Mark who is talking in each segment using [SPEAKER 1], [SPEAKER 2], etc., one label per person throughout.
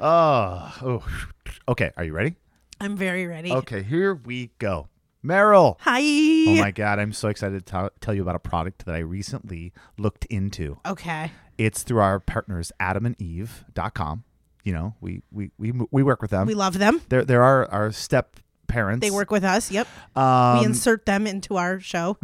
[SPEAKER 1] Oh, oh, okay. Are you ready?
[SPEAKER 2] I'm very ready.
[SPEAKER 1] Okay, here we go. Meryl.
[SPEAKER 2] Hi.
[SPEAKER 1] Oh my God, I'm so excited to t- tell you about a product that I recently looked into.
[SPEAKER 2] okay.
[SPEAKER 1] It's through our partners, adamandeve.com. You know, we we we, we work with them.
[SPEAKER 2] We love them.
[SPEAKER 1] they're, they're our, our step parents.
[SPEAKER 2] They work with us. Yep.
[SPEAKER 1] Um,
[SPEAKER 2] we insert them into our show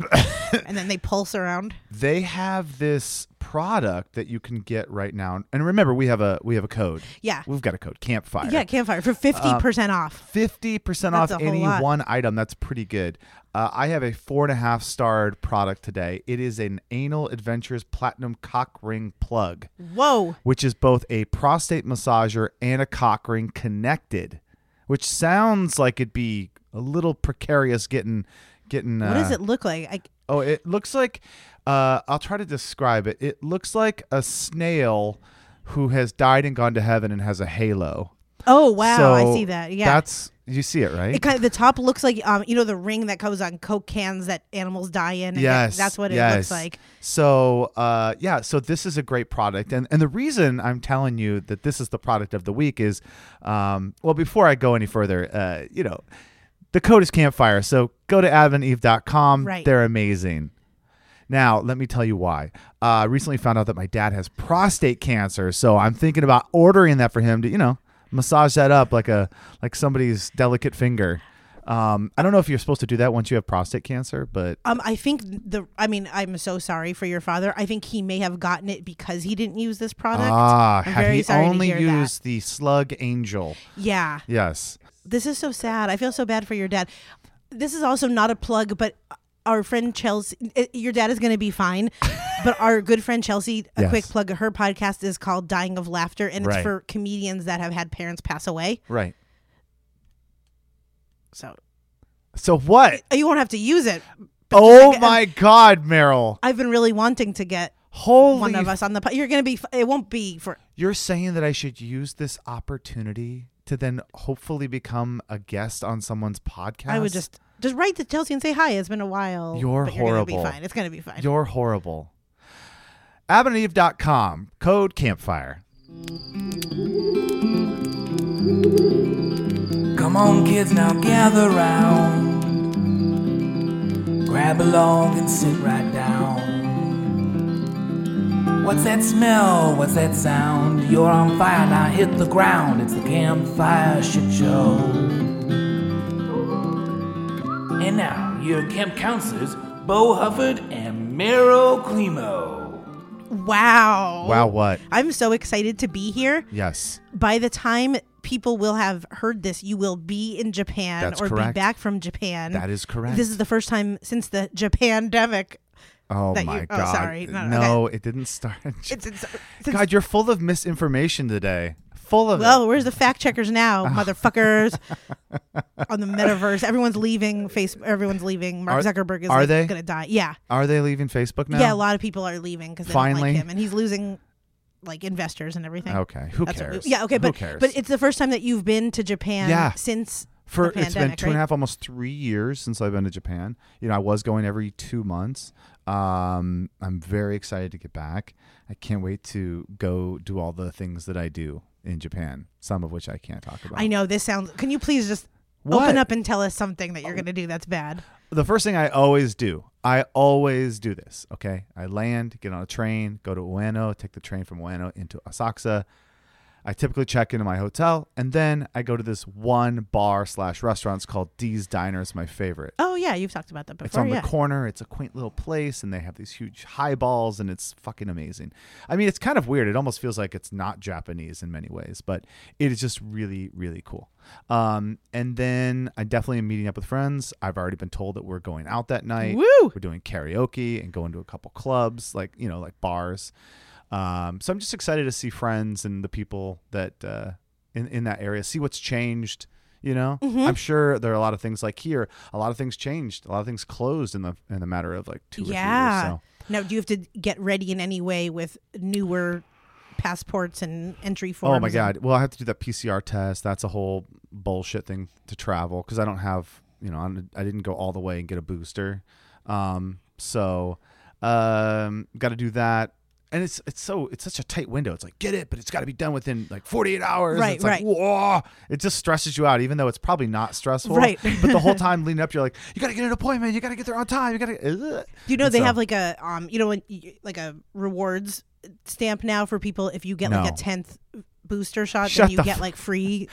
[SPEAKER 2] and then they pulse around.
[SPEAKER 1] they have this product that you can get right now. And remember, we have a we have a code.
[SPEAKER 2] Yeah.
[SPEAKER 1] We've got a code, Campfire.
[SPEAKER 2] Yeah, campfire for 50% off.
[SPEAKER 1] Fifty percent off
[SPEAKER 2] That's a whole
[SPEAKER 1] any
[SPEAKER 2] lot.
[SPEAKER 1] one item. That's pretty good. Uh, I have a four and a half starred product today. It is an Anal Adventures Platinum Cock Ring Plug,
[SPEAKER 2] Whoa.
[SPEAKER 1] which is both a prostate massager and a cock ring connected, which sounds like it'd be a little precarious getting getting.
[SPEAKER 2] What
[SPEAKER 1] uh,
[SPEAKER 2] does it look like? I,
[SPEAKER 1] Oh, it looks like uh, I'll try to describe it. It looks like a snail who has died and gone to heaven and has a halo.
[SPEAKER 2] oh, wow. I
[SPEAKER 1] So
[SPEAKER 2] see that. Yeah.
[SPEAKER 1] that's you see it right.
[SPEAKER 2] it kind of, the top looks like um you know the ring that comes on coke cans that animals die in. and
[SPEAKER 1] yes,
[SPEAKER 2] that's what it
[SPEAKER 1] yes.
[SPEAKER 2] looks like.
[SPEAKER 1] So uh, yeah, so this is a great product, and and the reason I'm telling you that this is the product of the week is, um, well, before I go any further, uh, you know, the code is campfire. So go to adamandeve.com.
[SPEAKER 2] Right.
[SPEAKER 1] They're amazing. Now, let me tell you why. Uh, I recently found out that my dad has prostate cancer, so I'm thinking about ordering that for him to, you know, massage that up like a like somebody's delicate finger. Um, I don't know if you're supposed to do that once you have prostate cancer, but
[SPEAKER 2] Um, I think the I mean I'm so sorry for your father. I think he may have gotten it because he didn't use this product.
[SPEAKER 1] ah,
[SPEAKER 2] I'm
[SPEAKER 1] had
[SPEAKER 2] very
[SPEAKER 1] he
[SPEAKER 2] sorry to
[SPEAKER 1] only
[SPEAKER 2] hear that.
[SPEAKER 1] used the Slug Angel.
[SPEAKER 2] Yeah,
[SPEAKER 1] Yes.
[SPEAKER 2] this is so sad. I feel so bad for your dad. This is also not a plug, but our friend Chelsea, i- your dad is going to be fine. but our good friend Chelsea, a
[SPEAKER 1] Yes.
[SPEAKER 2] quick plug. Her podcast is called "Dying of Laughter," and
[SPEAKER 1] Right.
[SPEAKER 2] it's for comedians that have had parents pass away.
[SPEAKER 1] Right.
[SPEAKER 2] So
[SPEAKER 1] So what?
[SPEAKER 2] you won't have to use it. but just
[SPEAKER 1] Oh
[SPEAKER 2] like a-
[SPEAKER 1] my God, Meryl!
[SPEAKER 2] I've been really wanting to get
[SPEAKER 1] Holy!
[SPEAKER 2] one of us on the. po- You're gonna be. f- It won't be for.
[SPEAKER 1] You're saying that I should use this opportunity to then hopefully become a guest on someone's podcast?
[SPEAKER 2] I would just just write to Chelsea and say hi. It's been a while.
[SPEAKER 1] You're
[SPEAKER 2] but You're gonna
[SPEAKER 1] horrible.
[SPEAKER 2] be fine. It's gonna be fine.
[SPEAKER 1] You're horrible. AbinandEve.com, code campfire.
[SPEAKER 3] Come on, kids, now gather round. Grab along and sit right down. What's that smell? What's that sound? You're on fire, now hit the ground. It's the campfire shit show. And now, your camp counselors, Bo Hufford and Meryl Climo.
[SPEAKER 2] wow.
[SPEAKER 1] Wow, what?
[SPEAKER 2] I'm so excited to be here.
[SPEAKER 1] Yes.
[SPEAKER 2] By the time people will have heard this, you will be in Japan
[SPEAKER 1] That's
[SPEAKER 2] or
[SPEAKER 1] correct.
[SPEAKER 2] be back from Japan.
[SPEAKER 1] That is correct.
[SPEAKER 2] This is the first time since the Japan demic.
[SPEAKER 1] Oh
[SPEAKER 2] that
[SPEAKER 1] my
[SPEAKER 2] you- oh,
[SPEAKER 1] God.
[SPEAKER 2] sorry. No, no,
[SPEAKER 1] no it didn't start.
[SPEAKER 2] It's, it's, since,
[SPEAKER 1] God, you're full of misinformation today. Full of it.
[SPEAKER 2] well, where's the fact checkers now, motherfuckers? on the metaverse, everyone's leaving. Face, everyone's leaving. Mark
[SPEAKER 1] Are-
[SPEAKER 2] Zuckerberg is
[SPEAKER 1] are
[SPEAKER 2] like,
[SPEAKER 1] they?
[SPEAKER 2] gonna die? Yeah.
[SPEAKER 1] Are they leaving Facebook now?
[SPEAKER 2] Yeah, a lot of people are leaving because they
[SPEAKER 1] Finally.
[SPEAKER 2] don't like him, and he's losing like investors and everything.
[SPEAKER 1] Okay. Who
[SPEAKER 2] That's what we-
[SPEAKER 1] cares?
[SPEAKER 2] yeah, okay,
[SPEAKER 1] Who
[SPEAKER 2] but
[SPEAKER 1] cares?
[SPEAKER 2] but it's the first time that you've been to Japan
[SPEAKER 1] Yeah.
[SPEAKER 2] since
[SPEAKER 1] for
[SPEAKER 2] the pandemic,
[SPEAKER 1] it's been two and a half,
[SPEAKER 2] right?
[SPEAKER 1] almost three years since I've been to Japan. You know, I was going every two months. Um, I'm very excited to get back. I can't wait to go do all the things that I do in Japan. Some of which I can't talk about.
[SPEAKER 2] I know this sounds. Can you please just
[SPEAKER 1] What? Oh.
[SPEAKER 2] open up and tell us something that you're going to do that's bad?
[SPEAKER 1] the first thing I always do, I always do this. Okay, I land, get on a train, go to Ueno, take the train from Ueno into Asakusa. I typically check into my hotel, and then I go to this one bar slash restaurant. It's called Dee's Diner. It's my favorite.
[SPEAKER 2] Oh yeah, you've talked about that before.
[SPEAKER 1] It's on
[SPEAKER 2] yeah.
[SPEAKER 1] the corner. It's a quaint little place, and they have these huge highballs, and it's fucking amazing. I mean, it's kind of weird. It almost feels like it's not Japanese in many ways, but it is just really, really cool. Um, and then I definitely am meeting up with friends. I've already been told that we're going out that night.
[SPEAKER 2] Woo!
[SPEAKER 1] We're doing karaoke and going to a couple clubs, like you know, like bars. Um, so I'm just excited to see friends and the people that uh, in in that area. See what's changed. You know,
[SPEAKER 2] Mm-hmm.
[SPEAKER 1] I'm sure there are a lot of things like here. A lot of things changed. A lot of things closed in the in the matter of like two or three
[SPEAKER 2] yeah.
[SPEAKER 1] years. So.
[SPEAKER 2] Now, do you have to get ready in any way with newer passports and entry forms?
[SPEAKER 1] Oh my
[SPEAKER 2] and-
[SPEAKER 1] god! Well, I have to do that PCR test. That's a whole bullshit thing to travel because I don't have you know I'm, I didn't go all the way and get a booster. Um, so um, got to do that. and it's it's so it's such a tight window. It's like get it, but it's got to be done within like 48 hours.
[SPEAKER 2] Right,
[SPEAKER 1] it's like,
[SPEAKER 2] right.
[SPEAKER 1] Whoa, it just stresses you out, even though it's probably not stressful.
[SPEAKER 2] Right.
[SPEAKER 1] but the whole time leading up, you're like, you got to get an appointment. You got to get there on time. You got to.
[SPEAKER 2] You know
[SPEAKER 1] uh,
[SPEAKER 2] they have like a um you know when you- like a rewards stamp now for people if you get like
[SPEAKER 1] No.
[SPEAKER 2] a tenth booster shot
[SPEAKER 1] Shut
[SPEAKER 2] then you
[SPEAKER 1] the
[SPEAKER 2] get
[SPEAKER 1] f-
[SPEAKER 2] like free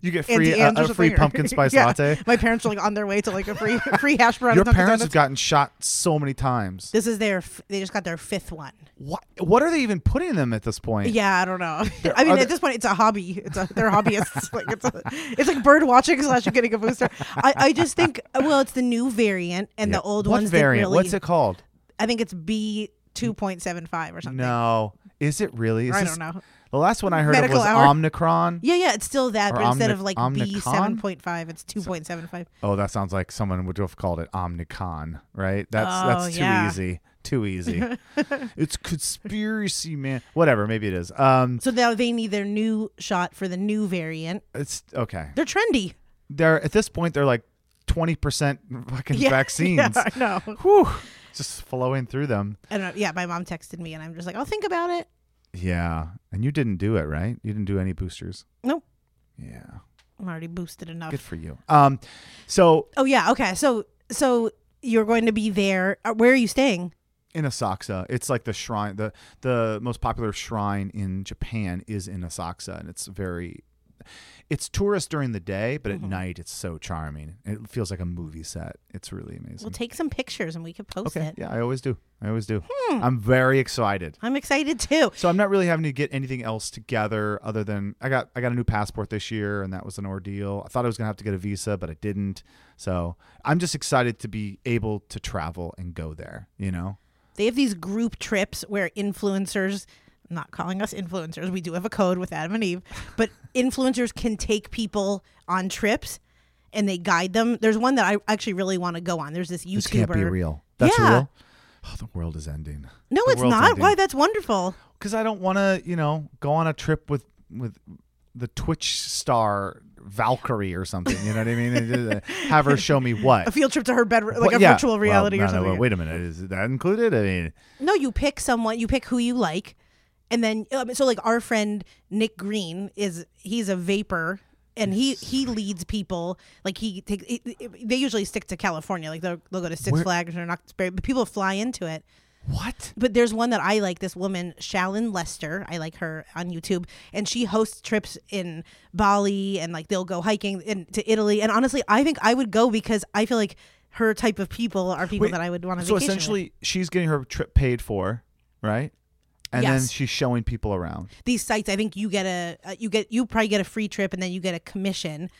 [SPEAKER 1] you get
[SPEAKER 2] Auntie
[SPEAKER 1] free uh, a,
[SPEAKER 2] Anne's or
[SPEAKER 1] a free
[SPEAKER 2] something, or-
[SPEAKER 1] pumpkin spice
[SPEAKER 2] Yeah.
[SPEAKER 1] latte.
[SPEAKER 2] My parents are like on their way to like a free free hash brown.
[SPEAKER 1] Your
[SPEAKER 2] and Dunkin'
[SPEAKER 1] parents have
[SPEAKER 2] Donuts.
[SPEAKER 1] gotten shot so many times.
[SPEAKER 2] this is their f- they just got their fifth one.
[SPEAKER 1] What what are they even putting them at this point?
[SPEAKER 2] Yeah, I don't know. I mean,
[SPEAKER 1] other-
[SPEAKER 2] at this point, it's a hobby. It's a, they're hobbyists. like it's, a, it's like bird watching slash you're getting a booster. I, I just think well, it's the new variant and the old
[SPEAKER 1] what
[SPEAKER 2] ones. that
[SPEAKER 1] variant?
[SPEAKER 2] Really,
[SPEAKER 1] What's it called?
[SPEAKER 2] I think it's B two point seven five or something.
[SPEAKER 1] No, is it really? Is
[SPEAKER 2] Uh, I
[SPEAKER 1] this-
[SPEAKER 2] don't know.
[SPEAKER 1] The last one I heard
[SPEAKER 2] Medical
[SPEAKER 1] of was
[SPEAKER 2] hour.
[SPEAKER 1] Omnicron.
[SPEAKER 2] Yeah, yeah, it's still that,
[SPEAKER 1] Or
[SPEAKER 2] but
[SPEAKER 1] Omni-
[SPEAKER 2] instead of like B
[SPEAKER 1] Omnicron?
[SPEAKER 2] seven point five, it's two point seven five.
[SPEAKER 1] Oh, that sounds like someone would have called it Omnicon, right? That's
[SPEAKER 2] Oh,
[SPEAKER 1] that's too
[SPEAKER 2] yeah.
[SPEAKER 1] easy. Too easy. it's conspiracy, man. Whatever, maybe it is. Um,
[SPEAKER 2] So now they need their new shot for the new variant.
[SPEAKER 1] it's okay.
[SPEAKER 2] They're trendy.
[SPEAKER 1] They're at this point they're like twenty percent fucking
[SPEAKER 2] Yeah,
[SPEAKER 1] vaccines.
[SPEAKER 2] Yeah, I know.
[SPEAKER 1] Whew, just flowing through them.
[SPEAKER 2] I don't know. Yeah, my mom texted me, and I'm just like, I'll think about it.
[SPEAKER 1] Yeah, and you didn't do it, right? You didn't do any boosters.
[SPEAKER 2] Nope,
[SPEAKER 1] Yeah,
[SPEAKER 2] I'm already boosted enough.
[SPEAKER 1] good for you. Um, so
[SPEAKER 2] oh yeah, okay. So so you're going to be there. Uh, where are you staying?
[SPEAKER 1] in Asakusa. It's like the shrine, the the most popular shrine in Japan is in Asakusa, and it's very, it's tourist during the day, but
[SPEAKER 2] Mm-hmm.
[SPEAKER 1] at night it's so charming. It feels like a movie set. It's really amazing.
[SPEAKER 2] We'll take some pictures, and we can post
[SPEAKER 1] okay,
[SPEAKER 2] it. Hmm.
[SPEAKER 1] yeah, I always do. I always do. I'm very excited.
[SPEAKER 2] I'm excited too.
[SPEAKER 1] So I'm not really having to get anything else together other than I got I got a new passport this year and that was an ordeal. I thought I was gonna have to get a visa, but I didn't. So I'm just excited to be able to travel and go there. You know,
[SPEAKER 2] They have these group trips where influencers. I'm Not calling us influencers. We do have a code with Adam and Eve, but influencers can take people on trips, and they guide them. There's one that I actually really want to go on. There's this YouTuber.
[SPEAKER 1] this can't be real. That's
[SPEAKER 2] Yeah.
[SPEAKER 1] real. Oh, the world is ending.
[SPEAKER 2] No,
[SPEAKER 1] The
[SPEAKER 2] it's
[SPEAKER 1] world's
[SPEAKER 2] not.
[SPEAKER 1] ending.
[SPEAKER 2] Why? That's wonderful.
[SPEAKER 1] Because I don't want to, you know, go on a trip with with the Twitch star Valkyrie or something. You know what I mean? And, uh, Have her show me what.
[SPEAKER 2] A field trip to her bed, like
[SPEAKER 1] What-
[SPEAKER 2] a
[SPEAKER 1] yeah.
[SPEAKER 2] virtual
[SPEAKER 1] Well,
[SPEAKER 2] reality
[SPEAKER 1] no,
[SPEAKER 2] or
[SPEAKER 1] no,
[SPEAKER 2] something.
[SPEAKER 1] well, wait a minute. Is that included? I mean,
[SPEAKER 2] No, you pick someone, you pick who you like, and then um, so like our friend Nick Green is he's a vapor. And he, he leads people like he takes. he- he- They usually stick to California, like they'll, they'll go to Six
[SPEAKER 1] Where-
[SPEAKER 2] Flags or Knott's Berry, but people fly into it.
[SPEAKER 1] what?
[SPEAKER 2] But there's one that I like. This woman, Shallon Lester, I like her on YouTube, and she hosts trips in Bali and like they'll go hiking in, to Italy. And honestly, I think I would go because I feel like her type of people are people
[SPEAKER 1] Wait,
[SPEAKER 2] that I would want to.
[SPEAKER 1] So essentially, she's getting her trip paid for, right? And then
[SPEAKER 2] Yes.
[SPEAKER 1] she's showing people around.
[SPEAKER 2] these sites i think you get a uh, you get you probably get a free trip and then you get a commission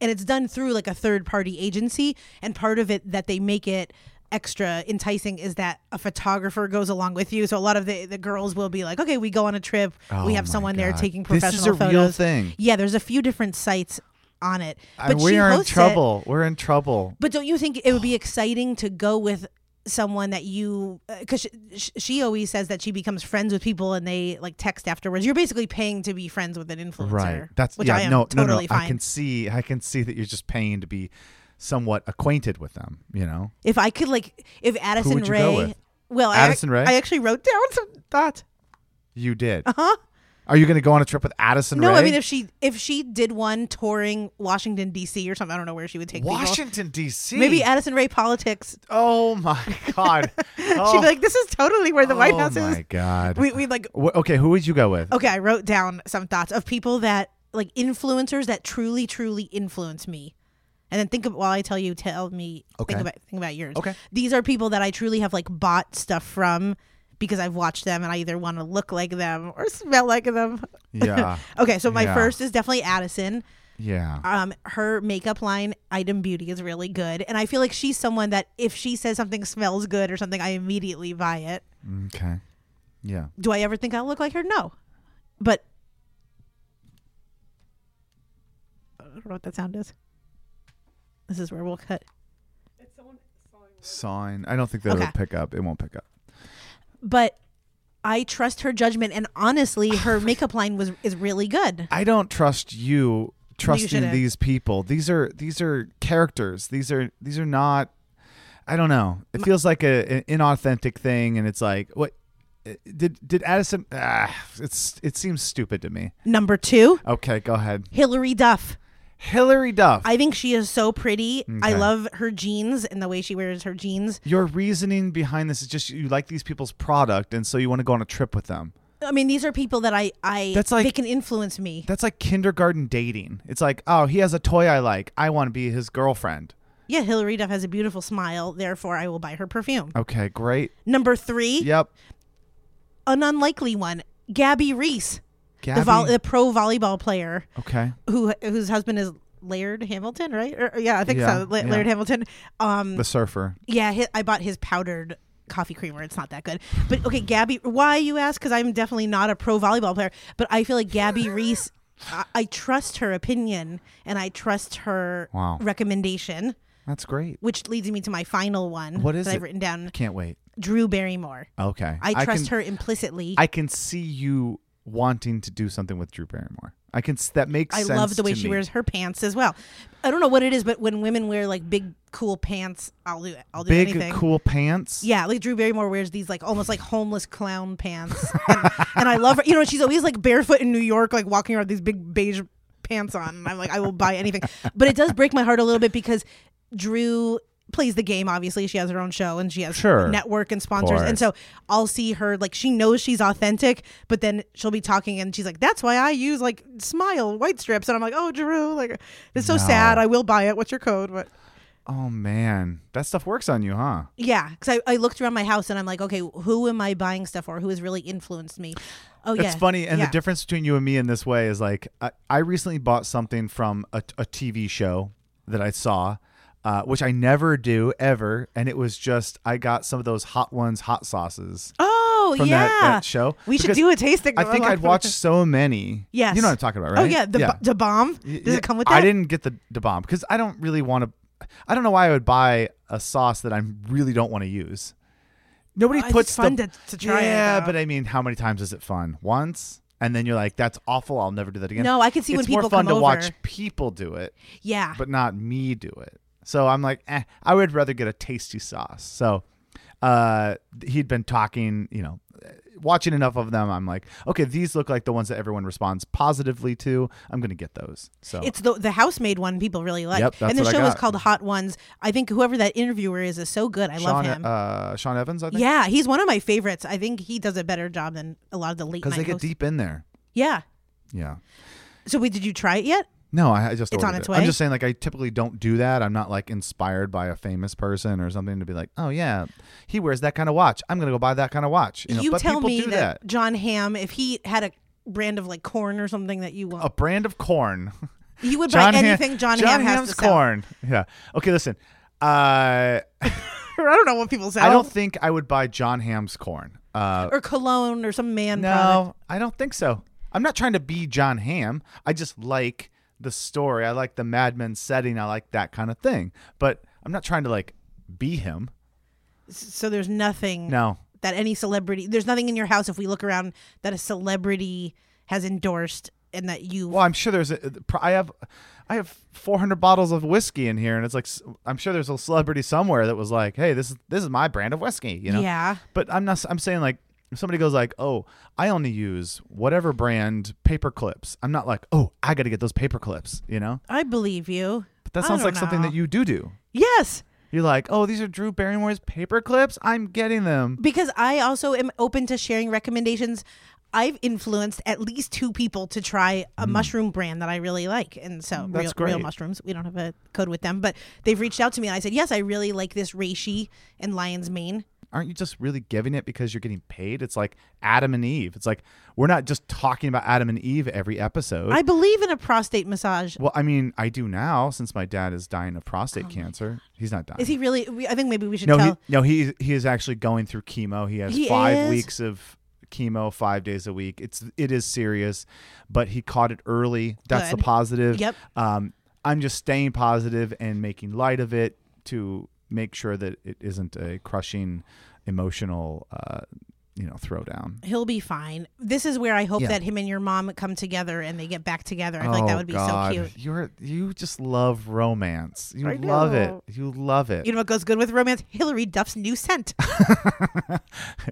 [SPEAKER 2] and it's done through like a third party agency and part of it that they make it extra enticing is that a photographer goes along with you so a lot of the, the girls will be like okay we go on a trip
[SPEAKER 1] Oh
[SPEAKER 2] we have
[SPEAKER 1] my
[SPEAKER 2] someone there
[SPEAKER 1] God.
[SPEAKER 2] taking
[SPEAKER 1] This is
[SPEAKER 2] professional
[SPEAKER 1] a
[SPEAKER 2] photos
[SPEAKER 1] real thing.
[SPEAKER 2] yeah there's a few different sites on it
[SPEAKER 1] I
[SPEAKER 2] but
[SPEAKER 1] mean, we
[SPEAKER 2] she
[SPEAKER 1] are in
[SPEAKER 2] hosts it.
[SPEAKER 1] trouble. We're in trouble.
[SPEAKER 2] But don't you think it would be exciting to go with someone that you uh, because she, she always says that she becomes friends with people and they like text afterwards. You're basically paying to be friends with an influencer,
[SPEAKER 1] Right. That's
[SPEAKER 2] which
[SPEAKER 1] yeah.
[SPEAKER 2] I am
[SPEAKER 1] no, no,
[SPEAKER 2] totally
[SPEAKER 1] no.
[SPEAKER 2] fine.
[SPEAKER 1] I can see. I can see that you're just paying to be somewhat acquainted with them. You know.
[SPEAKER 2] if I could like if Addison
[SPEAKER 1] would you
[SPEAKER 2] Ray,
[SPEAKER 1] go with?
[SPEAKER 2] well,
[SPEAKER 1] Addison
[SPEAKER 2] I,
[SPEAKER 1] Rae?
[SPEAKER 2] I actually wrote down some thoughts.
[SPEAKER 1] You did. Uh huh. Are you going to go on a trip with Addison?
[SPEAKER 2] Oh. No,
[SPEAKER 1] Rae?
[SPEAKER 2] I mean if she if she did one touring Washington D.C. or something, I don't know where she would take people.
[SPEAKER 1] Washington D.C.
[SPEAKER 2] Maybe Addison Ray politics.
[SPEAKER 1] Oh my God. Oh,
[SPEAKER 2] She'd be like, "This is totally where the White
[SPEAKER 1] oh
[SPEAKER 2] House
[SPEAKER 1] my
[SPEAKER 2] is."
[SPEAKER 1] God.
[SPEAKER 2] We Oh. we like
[SPEAKER 1] Wh- okay, who would you go with?
[SPEAKER 2] okay, I wrote down some thoughts of people that like influencers that truly, truly influence me. And then think of while I tell you, tell me
[SPEAKER 1] Okay.
[SPEAKER 2] think about think about yours.
[SPEAKER 1] Okay.
[SPEAKER 2] These are people that I truly have like bought stuff from because I've watched them and I either want to look like them or smell like them.
[SPEAKER 1] Yeah.
[SPEAKER 2] Okay, so my
[SPEAKER 1] Yeah.
[SPEAKER 2] first is definitely Addison.
[SPEAKER 1] Yeah.
[SPEAKER 2] Um, her makeup line, Item Beauty, is really good, and I feel like she's someone that if she says something smells good or something, I immediately buy it.
[SPEAKER 1] Okay. Yeah.
[SPEAKER 2] Do I ever think I'll look like her? No. But I don't know what that sound is. This is where we'll cut.
[SPEAKER 1] Sign. I don't think that
[SPEAKER 2] Okay.
[SPEAKER 1] would pick up. It won't pick up.
[SPEAKER 2] But I trust her judgment and honestly her makeup line was is really good.
[SPEAKER 1] I don't trust you trusting
[SPEAKER 2] shouldn't.
[SPEAKER 1] these people. These are these are characters. These are these are not. I don't know. It feels like a, an inauthentic thing, and it's like what eh, did did Addison? Ah, it's it seems stupid to me.
[SPEAKER 2] Number two,
[SPEAKER 1] Okay, go ahead.
[SPEAKER 2] Hillary Duff.
[SPEAKER 1] Hillary Duff.
[SPEAKER 2] I think she is so pretty. I
[SPEAKER 1] Okay.
[SPEAKER 2] love her jeans and the way she wears her jeans.
[SPEAKER 1] Your reasoning behind this is just you like these people's product, and so you want to go on a trip with them.
[SPEAKER 2] I mean, these are people that I, I
[SPEAKER 1] That's like-
[SPEAKER 2] they can influence me.
[SPEAKER 1] That's like kindergarten dating. It's like, oh, he has a toy I like. I want to be his girlfriend.
[SPEAKER 2] yeah, Hillary Duff has a beautiful smile. Therefore, I will buy her perfume.
[SPEAKER 1] Okay, great.
[SPEAKER 2] Number three,
[SPEAKER 1] Yep.
[SPEAKER 2] an unlikely one, Gabby Reese,
[SPEAKER 1] Gabby.
[SPEAKER 2] the, vol- the pro volleyball player
[SPEAKER 1] okay.
[SPEAKER 2] who whose husband is Laird Hamilton, right? Or, or- yeah, I think
[SPEAKER 1] Yeah,
[SPEAKER 2] so. La-
[SPEAKER 1] yeah.
[SPEAKER 2] Laird Hamilton. Um,
[SPEAKER 1] The surfer.
[SPEAKER 2] yeah, hi I bought his powdered coffee creamer. It's not that good, but okay, Gabby. Why you ask? Because I'm definitely not a pro volleyball player, but I feel like Gabby Reese. I, I trust her opinion and I trust her
[SPEAKER 1] Wow.
[SPEAKER 2] recommendation,
[SPEAKER 1] That's great.
[SPEAKER 2] which leads me to my final one.
[SPEAKER 1] What is
[SPEAKER 2] that
[SPEAKER 1] it?
[SPEAKER 2] I've written down?
[SPEAKER 1] Can't wait.
[SPEAKER 2] Drew Barrymore.
[SPEAKER 1] Okay.
[SPEAKER 2] I trust
[SPEAKER 1] can,
[SPEAKER 2] her implicitly.
[SPEAKER 1] I can see you wanting to do something with Drew Barrymore. I can. s- That makes.
[SPEAKER 2] I
[SPEAKER 1] sense
[SPEAKER 2] love the way
[SPEAKER 1] to
[SPEAKER 2] she
[SPEAKER 1] me.
[SPEAKER 2] wears her pants as well. I don't know what it is, but when women wear like big cool pants, I'll do I'll do
[SPEAKER 1] big
[SPEAKER 2] anything.
[SPEAKER 1] cool pants.
[SPEAKER 2] Yeah, like Drew Barrymore wears these like almost like homeless clown pants, and, and I love her. You know, she's always like barefoot in New York, like walking around with these big beige pants on. And I'm like, I will buy anything, but it does break my heart a little bit because Drew plays the game. Obviously, she has her own show and she has
[SPEAKER 1] Sure.
[SPEAKER 2] network and sponsors, and
[SPEAKER 1] course.
[SPEAKER 2] so I'll see her like she knows she's authentic, but then she'll be talking and she's like, "That's why I use like Smile white strips," and I'm like, "Oh, Drew, like this is so sad. I will buy it. What's your code?" But
[SPEAKER 1] Oh man, that stuff works on you, huh?
[SPEAKER 2] Yeah, because I, I looked around my house and I'm like, okay, who am I buying stuff for? Who has really influenced me? Oh yeah,
[SPEAKER 1] It's funny, and
[SPEAKER 2] yeah.
[SPEAKER 1] the difference between you and me in this way is like I, I recently bought something from a, a TV show that I saw, uh, which I never do ever, and it was just I got some of those hot ones, hot sauces
[SPEAKER 2] Oh
[SPEAKER 1] from
[SPEAKER 2] yeah,
[SPEAKER 1] that, that show.
[SPEAKER 2] we should
[SPEAKER 1] because
[SPEAKER 2] do a tasting.
[SPEAKER 1] I think
[SPEAKER 2] of-
[SPEAKER 1] I'd watched so many.
[SPEAKER 2] Yes.
[SPEAKER 1] you know what I'm talking about, right?
[SPEAKER 2] Oh yeah, the, b- the bomb. Does
[SPEAKER 1] Yeah,
[SPEAKER 2] it come with
[SPEAKER 1] I
[SPEAKER 2] that?
[SPEAKER 1] didn't get the the bomb because I don't really want to. I don't know why I would buy a sauce that I really don't want to use. Nobody
[SPEAKER 2] Well, Oh, it's
[SPEAKER 1] puts
[SPEAKER 2] fun
[SPEAKER 1] the,
[SPEAKER 2] to- to try it,
[SPEAKER 1] Yeah,
[SPEAKER 2] though.
[SPEAKER 1] but I mean, how many times is it fun? Once, and then you're like, "That's awful. I'll never do that again."
[SPEAKER 2] No, I can see when
[SPEAKER 1] it's
[SPEAKER 2] people
[SPEAKER 1] more fun
[SPEAKER 2] come
[SPEAKER 1] to watch
[SPEAKER 2] over.
[SPEAKER 1] people do it,
[SPEAKER 2] Yeah,
[SPEAKER 1] but not me do it. So I'm like, eh, I would rather get a tasty sauce. So uh, he'd been talking, you know, eh, watching enough of them. I'm like, okay, these look like the ones that everyone responds positively to. I'm gonna get those. So
[SPEAKER 2] it's the the house made one people really like,
[SPEAKER 1] oh. Yep, that's
[SPEAKER 2] and the
[SPEAKER 1] what I
[SPEAKER 2] show is
[SPEAKER 1] got.
[SPEAKER 2] called Hot Ones. I think whoever that interviewer is is so good. I
[SPEAKER 1] Sean,
[SPEAKER 2] love him.
[SPEAKER 1] Uh, Sean Evans, I think.
[SPEAKER 2] yeah, he's one of my favorites. I think he does a better job than a lot of the late night
[SPEAKER 1] because they get
[SPEAKER 2] hosts.
[SPEAKER 1] deep in there.
[SPEAKER 2] Yeah.
[SPEAKER 1] Yeah.
[SPEAKER 2] So wait, did you try it yet?
[SPEAKER 1] No, I, I just
[SPEAKER 2] It's on
[SPEAKER 1] ordered
[SPEAKER 2] its
[SPEAKER 1] it.
[SPEAKER 2] way?
[SPEAKER 1] I'm just saying, like, I typically don't do that. I'm not like inspired by a famous person or something to be like, oh yeah, he wears that kind of watch. I'm gonna go buy that kind of watch. You, know?
[SPEAKER 2] you
[SPEAKER 1] but
[SPEAKER 2] tell
[SPEAKER 1] people
[SPEAKER 2] me
[SPEAKER 1] do
[SPEAKER 2] that,
[SPEAKER 1] that.
[SPEAKER 2] John Hamm, if he had a brand of like corn or something that you want,
[SPEAKER 1] A brand of corn.
[SPEAKER 2] you would
[SPEAKER 1] Oh, John
[SPEAKER 2] buy
[SPEAKER 1] Ham-
[SPEAKER 2] anything John, Hamm has
[SPEAKER 1] Hamm's
[SPEAKER 2] to sell.
[SPEAKER 1] corn. Yeah. Okay, listen. Uh,
[SPEAKER 2] I don't know what people sell.
[SPEAKER 1] I don't think I would buy John Ham's corn. Uh,
[SPEAKER 2] or cologne or some man
[SPEAKER 1] no,
[SPEAKER 2] product.
[SPEAKER 1] I don't think so. I'm not trying to be John Ham. I just like the story. I like the Mad Men setting. I like that kind of thing. But I'm not trying to like be him.
[SPEAKER 2] So there's nothing
[SPEAKER 1] No.
[SPEAKER 2] that any celebrity. There's nothing in your house if we look around that a celebrity has endorsed and that you.
[SPEAKER 1] Well, I'm sure there's. A, I have, I have 400 bottles of whiskey in here, and it's like s- I'm sure there's a celebrity somewhere that was like, "Hey, this is this is my brand of whiskey," you know.
[SPEAKER 2] Yeah.
[SPEAKER 1] But I'm not. I'm saying like if somebody goes like, "Oh, I only use whatever brand paper clips," I'm not like, "Oh, I got to get those paper clips," you know.
[SPEAKER 2] I believe you.
[SPEAKER 1] But that
[SPEAKER 2] I
[SPEAKER 1] sounds
[SPEAKER 2] don't
[SPEAKER 1] like something
[SPEAKER 2] know.
[SPEAKER 1] that you do do.
[SPEAKER 2] Yes.
[SPEAKER 1] You're like, oh, these are Drew Barrymore's paper clips. I'm getting them.
[SPEAKER 2] because I also am open to sharing recommendations. I've influenced at least two people to try a mushroom brand that I really like, and so
[SPEAKER 1] Hmm. Mm, that's
[SPEAKER 2] real, real
[SPEAKER 1] great.
[SPEAKER 2] mushrooms. We don't have a code with them, but they've reached out to me, and I said, "Yes, I really like this reishi and lion's mane."
[SPEAKER 1] Aren't you just really giving it because you're getting paid? It's like Adam and Eve. It's like we're not just talking about Adam and Eve every episode.
[SPEAKER 2] I believe in a prostate massage.
[SPEAKER 1] well, I mean, I do now since my dad is dying of prostate cancer. He's not dying.
[SPEAKER 2] Oh Is he really? we- I think maybe we should
[SPEAKER 1] no,
[SPEAKER 2] tell.
[SPEAKER 1] he, no, he he is actually going through chemo. He has
[SPEAKER 2] He
[SPEAKER 1] five
[SPEAKER 2] is?
[SPEAKER 1] weeks of chemo, five days a week. It's it is serious, but he caught it early. That's the
[SPEAKER 2] Good.
[SPEAKER 1] positive.
[SPEAKER 2] Yep.
[SPEAKER 1] Um, I'm just staying positive and making light of it to make sure that it isn't a crushing emotional uh, you know throwdown.
[SPEAKER 2] He'll be fine. This is where I hope
[SPEAKER 1] Yeah. Oh,
[SPEAKER 2] that him and your mom come together and they get back together. I feel like that would be so cute.
[SPEAKER 1] You're you just love romance. You
[SPEAKER 2] I
[SPEAKER 1] love
[SPEAKER 2] know.
[SPEAKER 1] it. You love it.
[SPEAKER 2] You know what goes good with romance? Hillary Duff's new scent.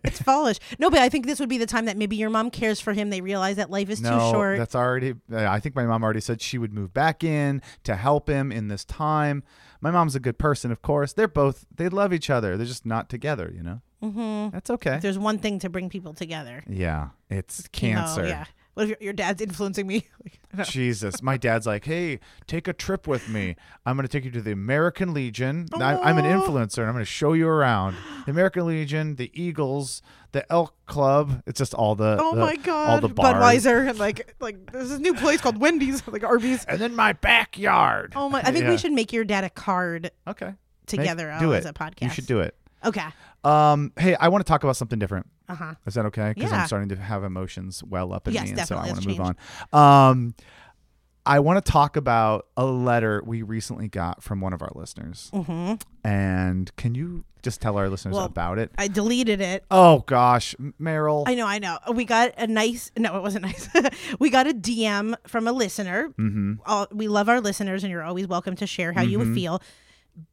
[SPEAKER 2] it's fallish. No, but I think this would be the time that maybe your mom cares for him. They realize that life is
[SPEAKER 1] no,
[SPEAKER 2] too short.
[SPEAKER 1] that's already. I think my mom already said she would move back in to help him in this time. My mom's a good person, of course. They're both. They love each other. They're just not together. You know. Mm-hmm. That's okay.
[SPEAKER 2] There's one thing to bring people together.
[SPEAKER 1] yeah, it's
[SPEAKER 2] Chemo,
[SPEAKER 1] cancer.
[SPEAKER 2] yeah. What if your, your dad's influencing me? Like, I don't-
[SPEAKER 1] Jesus, my dad's like, "Hey, take a trip with me. I'm going to take you to the American Legion. I, I'm an
[SPEAKER 2] Aw.
[SPEAKER 1] influencer, and I'm going to show you around the American Legion, the Eagles, the Elk Club. It's just all the
[SPEAKER 2] oh
[SPEAKER 1] the-
[SPEAKER 2] my god.
[SPEAKER 1] all the bars.
[SPEAKER 2] Budweiser and like like there's this new place called Wendy's, like Arby's.
[SPEAKER 1] and then my backyard.
[SPEAKER 2] Oh my I think
[SPEAKER 1] Yeah.
[SPEAKER 2] we should make your dad a card
[SPEAKER 1] okay Make-
[SPEAKER 2] together
[SPEAKER 1] do
[SPEAKER 2] as
[SPEAKER 1] it.
[SPEAKER 2] a podcast.
[SPEAKER 1] You should do it.
[SPEAKER 2] Okay.
[SPEAKER 1] Um, hey, I want to talk about something different.
[SPEAKER 2] Uh-huh.
[SPEAKER 1] Is that okay? Because
[SPEAKER 2] Yeah.
[SPEAKER 1] I'm starting to have emotions well up in
[SPEAKER 2] Yes,
[SPEAKER 1] me, and so I
[SPEAKER 2] definitely.
[SPEAKER 1] want to
[SPEAKER 2] Let's
[SPEAKER 1] move on. Um, I want to talk about a letter we recently got from one of our listeners.
[SPEAKER 2] Mhm.
[SPEAKER 1] And can you just tell our listeners
[SPEAKER 2] Well-
[SPEAKER 1] about it?
[SPEAKER 2] I deleted it
[SPEAKER 1] Oh gosh, M- Meryl.
[SPEAKER 2] I know, I know. We got a nice, no, it wasn't nice. we got a DM from a listener. Mm-hmm. All, we love our listeners, and you're always welcome to share how you would feel.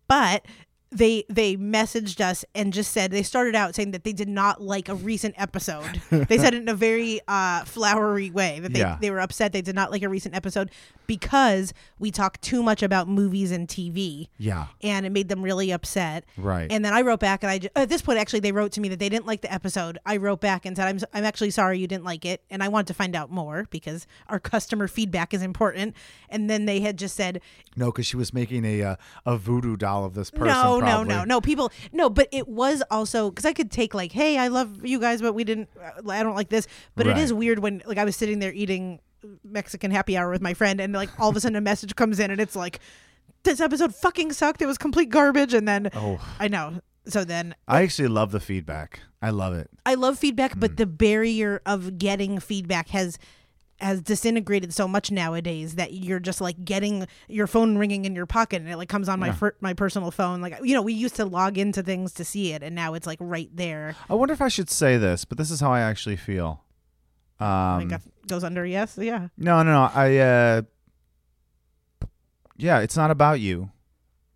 [SPEAKER 2] But they they messaged us and just said they started out saying that they did not like a recent episode. they said it in a very uh, flowery way that they,
[SPEAKER 1] Yeah.
[SPEAKER 2] they were upset they did not like a recent episode because we talk too much about movies and TV
[SPEAKER 1] yeah.
[SPEAKER 2] and it made them really upset.
[SPEAKER 1] Right.
[SPEAKER 2] And then I wrote back, and I ju- at this point actually they wrote to me that they didn't like the episode. I wrote back and said I'm I'm actually sorry you didn't like it, and I wanted to find out more because our customer feedback is important. And then they had just said
[SPEAKER 1] No, because she was making a uh, a voodoo doll of this person.
[SPEAKER 2] no, no,
[SPEAKER 1] probably.
[SPEAKER 2] no, no. People, no, but it was also because I could take like, hey, I love you guys, but we didn't. uh, I don't like this. But
[SPEAKER 1] Right.
[SPEAKER 2] it is weird when like I was sitting there eating Mexican happy hour with my friend, and like all of a sudden a message comes in, and it's like, this episode fucking sucked. It was complete garbage. And then
[SPEAKER 1] Oh.
[SPEAKER 2] I know. So then
[SPEAKER 1] I actually love the feedback. I love it.
[SPEAKER 2] I love feedback,
[SPEAKER 1] Hmm.
[SPEAKER 2] but the barrier of getting feedback has has disintegrated so much nowadays that you're just like getting your phone ringing in your pocket and it like comes on my fir- my personal phone like you know we used to log into things to see it and now it's like right there
[SPEAKER 1] I wonder if I should say this, but this is how I actually feel. Um,
[SPEAKER 2] like it goes under yes yeah
[SPEAKER 1] No, no, no. I uh Yeah, it's not about you.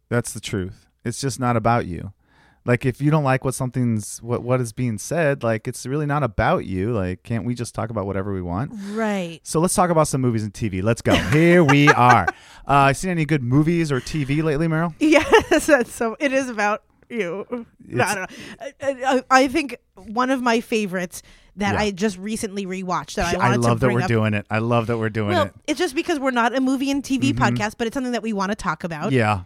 [SPEAKER 1] That's the truth. It's just not about you. Like if you don't like what something's what what is being said, like it's really not about you. Like can't we just talk about whatever we want?
[SPEAKER 2] right
[SPEAKER 1] So let's talk about some movies and TV. Let's go. Here we are. Uh, seen any good movies or TV lately, Meryl?
[SPEAKER 2] Yes, that's so it is about you. No,
[SPEAKER 1] It's-
[SPEAKER 2] I don't know. I, I, I think one of my favorites that
[SPEAKER 1] Yeah.
[SPEAKER 2] I just recently rewatched that I
[SPEAKER 1] I,
[SPEAKER 2] wanted
[SPEAKER 1] love
[SPEAKER 2] to
[SPEAKER 1] that
[SPEAKER 2] bring
[SPEAKER 1] we're
[SPEAKER 2] up.
[SPEAKER 1] doing it. I love that we're doing
[SPEAKER 2] well,
[SPEAKER 1] it. Mm-hmm.
[SPEAKER 2] it's just because we're not a movie and TV podcast, but it's something that we want to talk about,
[SPEAKER 1] Yeah.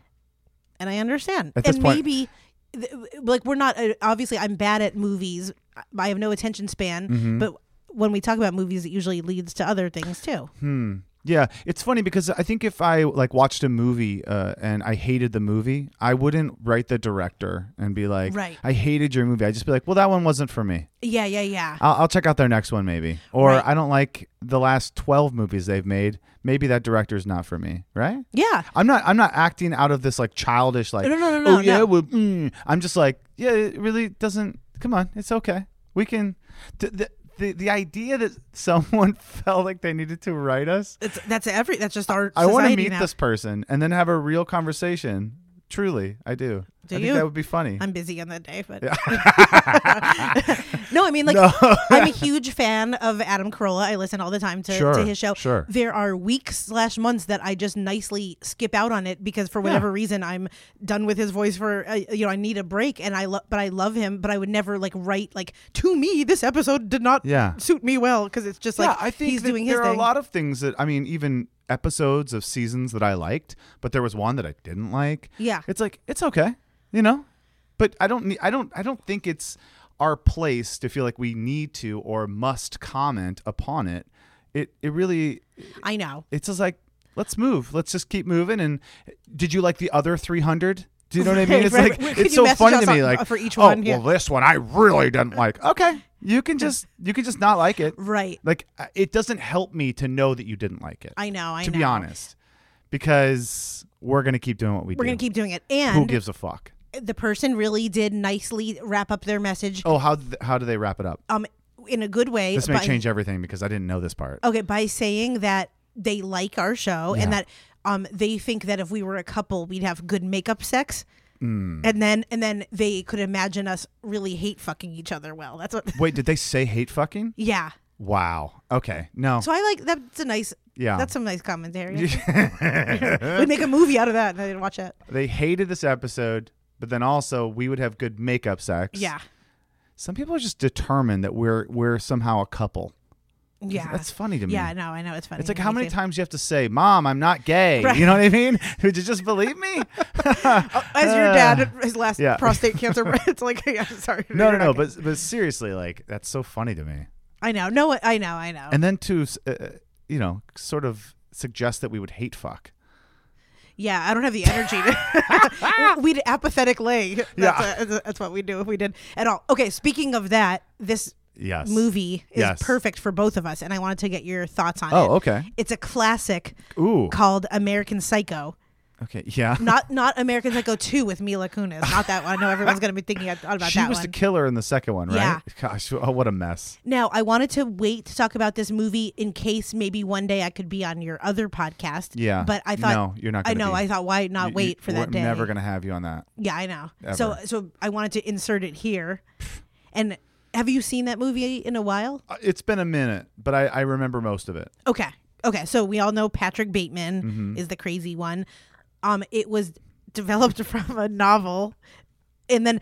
[SPEAKER 2] and I understand.
[SPEAKER 1] At this
[SPEAKER 2] and
[SPEAKER 1] point-
[SPEAKER 2] maybe, th- like, we're not. uh, Obviously, I'm bad at movies. I have no attention span.
[SPEAKER 1] Mm-hmm.
[SPEAKER 2] But when we talk about movies, it usually leads to other things too.
[SPEAKER 1] Hmm. Yeah, it's funny because I think if I like watched a movie uh, and I hated the movie, I wouldn't write the director and be like,
[SPEAKER 2] Right.
[SPEAKER 1] I hated your movie." I'd just be like, "Well, that one wasn't for me.
[SPEAKER 2] Yeah, yeah, yeah.
[SPEAKER 1] I'll, I'll check out their next one maybe." Or
[SPEAKER 2] Right.
[SPEAKER 1] I don't like the last twelve movies they've made. Maybe that director's not for me, right?
[SPEAKER 2] yeah.
[SPEAKER 1] I'm not. I'm not acting out of this like childish like.
[SPEAKER 2] No, no, no,
[SPEAKER 1] oh
[SPEAKER 2] no,
[SPEAKER 1] yeah.
[SPEAKER 2] no."
[SPEAKER 1] Well, mm. I'm just like yeah. It really doesn't. Come on, it's okay. We can. The, the, the, the idea that someone felt like they needed to write us
[SPEAKER 2] It's, that's every. That's just our.
[SPEAKER 1] I want to
[SPEAKER 2] society
[SPEAKER 1] meet
[SPEAKER 2] now.
[SPEAKER 1] this person and then have a real conversation. Truly, I do.
[SPEAKER 2] Do
[SPEAKER 1] I
[SPEAKER 2] you?
[SPEAKER 1] think that would be funny.
[SPEAKER 2] I'm busy on that day, but no, I mean like I'm a huge fan of Adam Carolla. I listen all the time to,
[SPEAKER 1] Sure,
[SPEAKER 2] to his show.
[SPEAKER 1] sure.
[SPEAKER 2] There are weeks slash months that I just nicely skip out on it because for whatever reason I'm done with his voice for uh, you know I need a break and I love but I love him but I would never like write like to me this episode did not
[SPEAKER 1] Yeah.
[SPEAKER 2] suit me well because it's just like
[SPEAKER 1] yeah, I think
[SPEAKER 2] he's
[SPEAKER 1] that
[SPEAKER 2] doing
[SPEAKER 1] there
[SPEAKER 2] his
[SPEAKER 1] are a
[SPEAKER 2] thing.
[SPEAKER 1] lot of things that I mean, even episodes of seasons that I liked, but there was one that I didn't like.
[SPEAKER 2] Yeah.
[SPEAKER 1] it's like it's okay, you know. But I don't. need- I don't. I don't think it's our place to feel like we need to or must comment upon it. It. It really.
[SPEAKER 2] I know.
[SPEAKER 1] It's just like let's move. Let's just keep moving. And did you like the other three hundred? Do you know what I mean?
[SPEAKER 2] Right,
[SPEAKER 1] It's
[SPEAKER 2] right,
[SPEAKER 1] like
[SPEAKER 2] right. Could
[SPEAKER 1] it's
[SPEAKER 2] you
[SPEAKER 1] so
[SPEAKER 2] message
[SPEAKER 1] funny
[SPEAKER 2] us
[SPEAKER 1] to me.
[SPEAKER 2] on- uh,
[SPEAKER 1] Like
[SPEAKER 2] for each
[SPEAKER 1] oh,
[SPEAKER 2] one, yeah."
[SPEAKER 1] Well, this one I really didn't like. Okay, you can just you can just not like it.
[SPEAKER 2] Right.
[SPEAKER 1] Like uh, it doesn't help me to know that you didn't like it.
[SPEAKER 2] I know. I
[SPEAKER 1] to
[SPEAKER 2] know.
[SPEAKER 1] be honest, because we're gonna keep doing what we
[SPEAKER 2] We're
[SPEAKER 1] do.
[SPEAKER 2] gonna keep doing it and
[SPEAKER 1] Who gives a fuck?
[SPEAKER 2] the person really did nicely wrap up their message
[SPEAKER 1] Oh, how th- how do they wrap it up?
[SPEAKER 2] um in a good way.
[SPEAKER 1] This may
[SPEAKER 2] by-
[SPEAKER 1] change everything because I didn't know this part.
[SPEAKER 2] Okay, by saying that they like our show and
[SPEAKER 1] Yeah.
[SPEAKER 2] that um they think that if we were a couple, we'd have good makeup sex.
[SPEAKER 1] Mm.
[SPEAKER 2] And then and then they could imagine us really hate fucking each other well. That's what
[SPEAKER 1] Wait, did they say hate fucking?
[SPEAKER 2] Yeah.
[SPEAKER 1] Wow. Okay. No.
[SPEAKER 2] So I like that's a nice
[SPEAKER 1] Yeah.
[SPEAKER 2] That's some nice commentary. We'd make a movie out of that and I didn't watch it.
[SPEAKER 1] they hated this episode, but then also we would have good makeup sex.
[SPEAKER 2] Yeah.
[SPEAKER 1] Some people are just determined that we're we're somehow a couple.
[SPEAKER 2] Yeah.
[SPEAKER 1] That's funny to me.
[SPEAKER 2] yeah, I know, I know it's funny.
[SPEAKER 1] It's like
[SPEAKER 2] Me
[SPEAKER 1] how many
[SPEAKER 2] too.
[SPEAKER 1] times you have to say, "Mom, I'm not gay."
[SPEAKER 2] Right.
[SPEAKER 1] You know what I mean? Would you just believe me?
[SPEAKER 2] as your dad his last
[SPEAKER 1] uh, yeah.
[SPEAKER 2] prostate cancer it's like I'm sorry.
[SPEAKER 1] no, no,
[SPEAKER 2] you're
[SPEAKER 1] no.
[SPEAKER 2] not-
[SPEAKER 1] But but seriously, like that's so funny to me.
[SPEAKER 2] I know. No I know, I know.
[SPEAKER 1] And then to uh, you know, sort of suggest that we would hate fuck.
[SPEAKER 2] Yeah, I don't have the energy. to We'd apathetic lay. That's,
[SPEAKER 1] Yeah.
[SPEAKER 2] uh, that's what we do if we did at all. Okay, speaking of that, this
[SPEAKER 1] Yes.
[SPEAKER 2] movie is
[SPEAKER 1] Yes.
[SPEAKER 2] perfect for both of us, and I wanted to get your thoughts on it.
[SPEAKER 1] Oh, okay.
[SPEAKER 2] It's a classic
[SPEAKER 1] Ooh.
[SPEAKER 2] called American Psycho.
[SPEAKER 1] Okay. Yeah.
[SPEAKER 2] Not not American Psycho 2 with Mila Kunis. Not that one. I know everyone's going to be thinking about
[SPEAKER 1] she
[SPEAKER 2] that
[SPEAKER 1] was
[SPEAKER 2] one.
[SPEAKER 1] the killer in the second one, right?
[SPEAKER 2] Yeah.
[SPEAKER 1] Gosh, oh, what a mess.
[SPEAKER 2] Now, I wanted to wait to talk about this movie in case maybe one day I could be on your other podcast.
[SPEAKER 1] Yeah.
[SPEAKER 2] But I thought.
[SPEAKER 1] No, you're not
[SPEAKER 2] I
[SPEAKER 1] gonna
[SPEAKER 2] know.
[SPEAKER 1] be.
[SPEAKER 2] I thought, why not
[SPEAKER 1] You-
[SPEAKER 2] wait
[SPEAKER 1] you-
[SPEAKER 2] for that
[SPEAKER 1] we're
[SPEAKER 2] day?
[SPEAKER 1] Never gonna have you on that.
[SPEAKER 2] Yeah, I know. So
[SPEAKER 1] Ever.
[SPEAKER 2] so I wanted to insert it here. And have you seen that movie in a while?
[SPEAKER 1] Uh, It's been a minute, but I, I remember most of it.
[SPEAKER 2] Okay. Okay, so we all know Patrick Bateman
[SPEAKER 1] Mm-hmm.
[SPEAKER 2] is the crazy one. Um it was developed from a novel. And then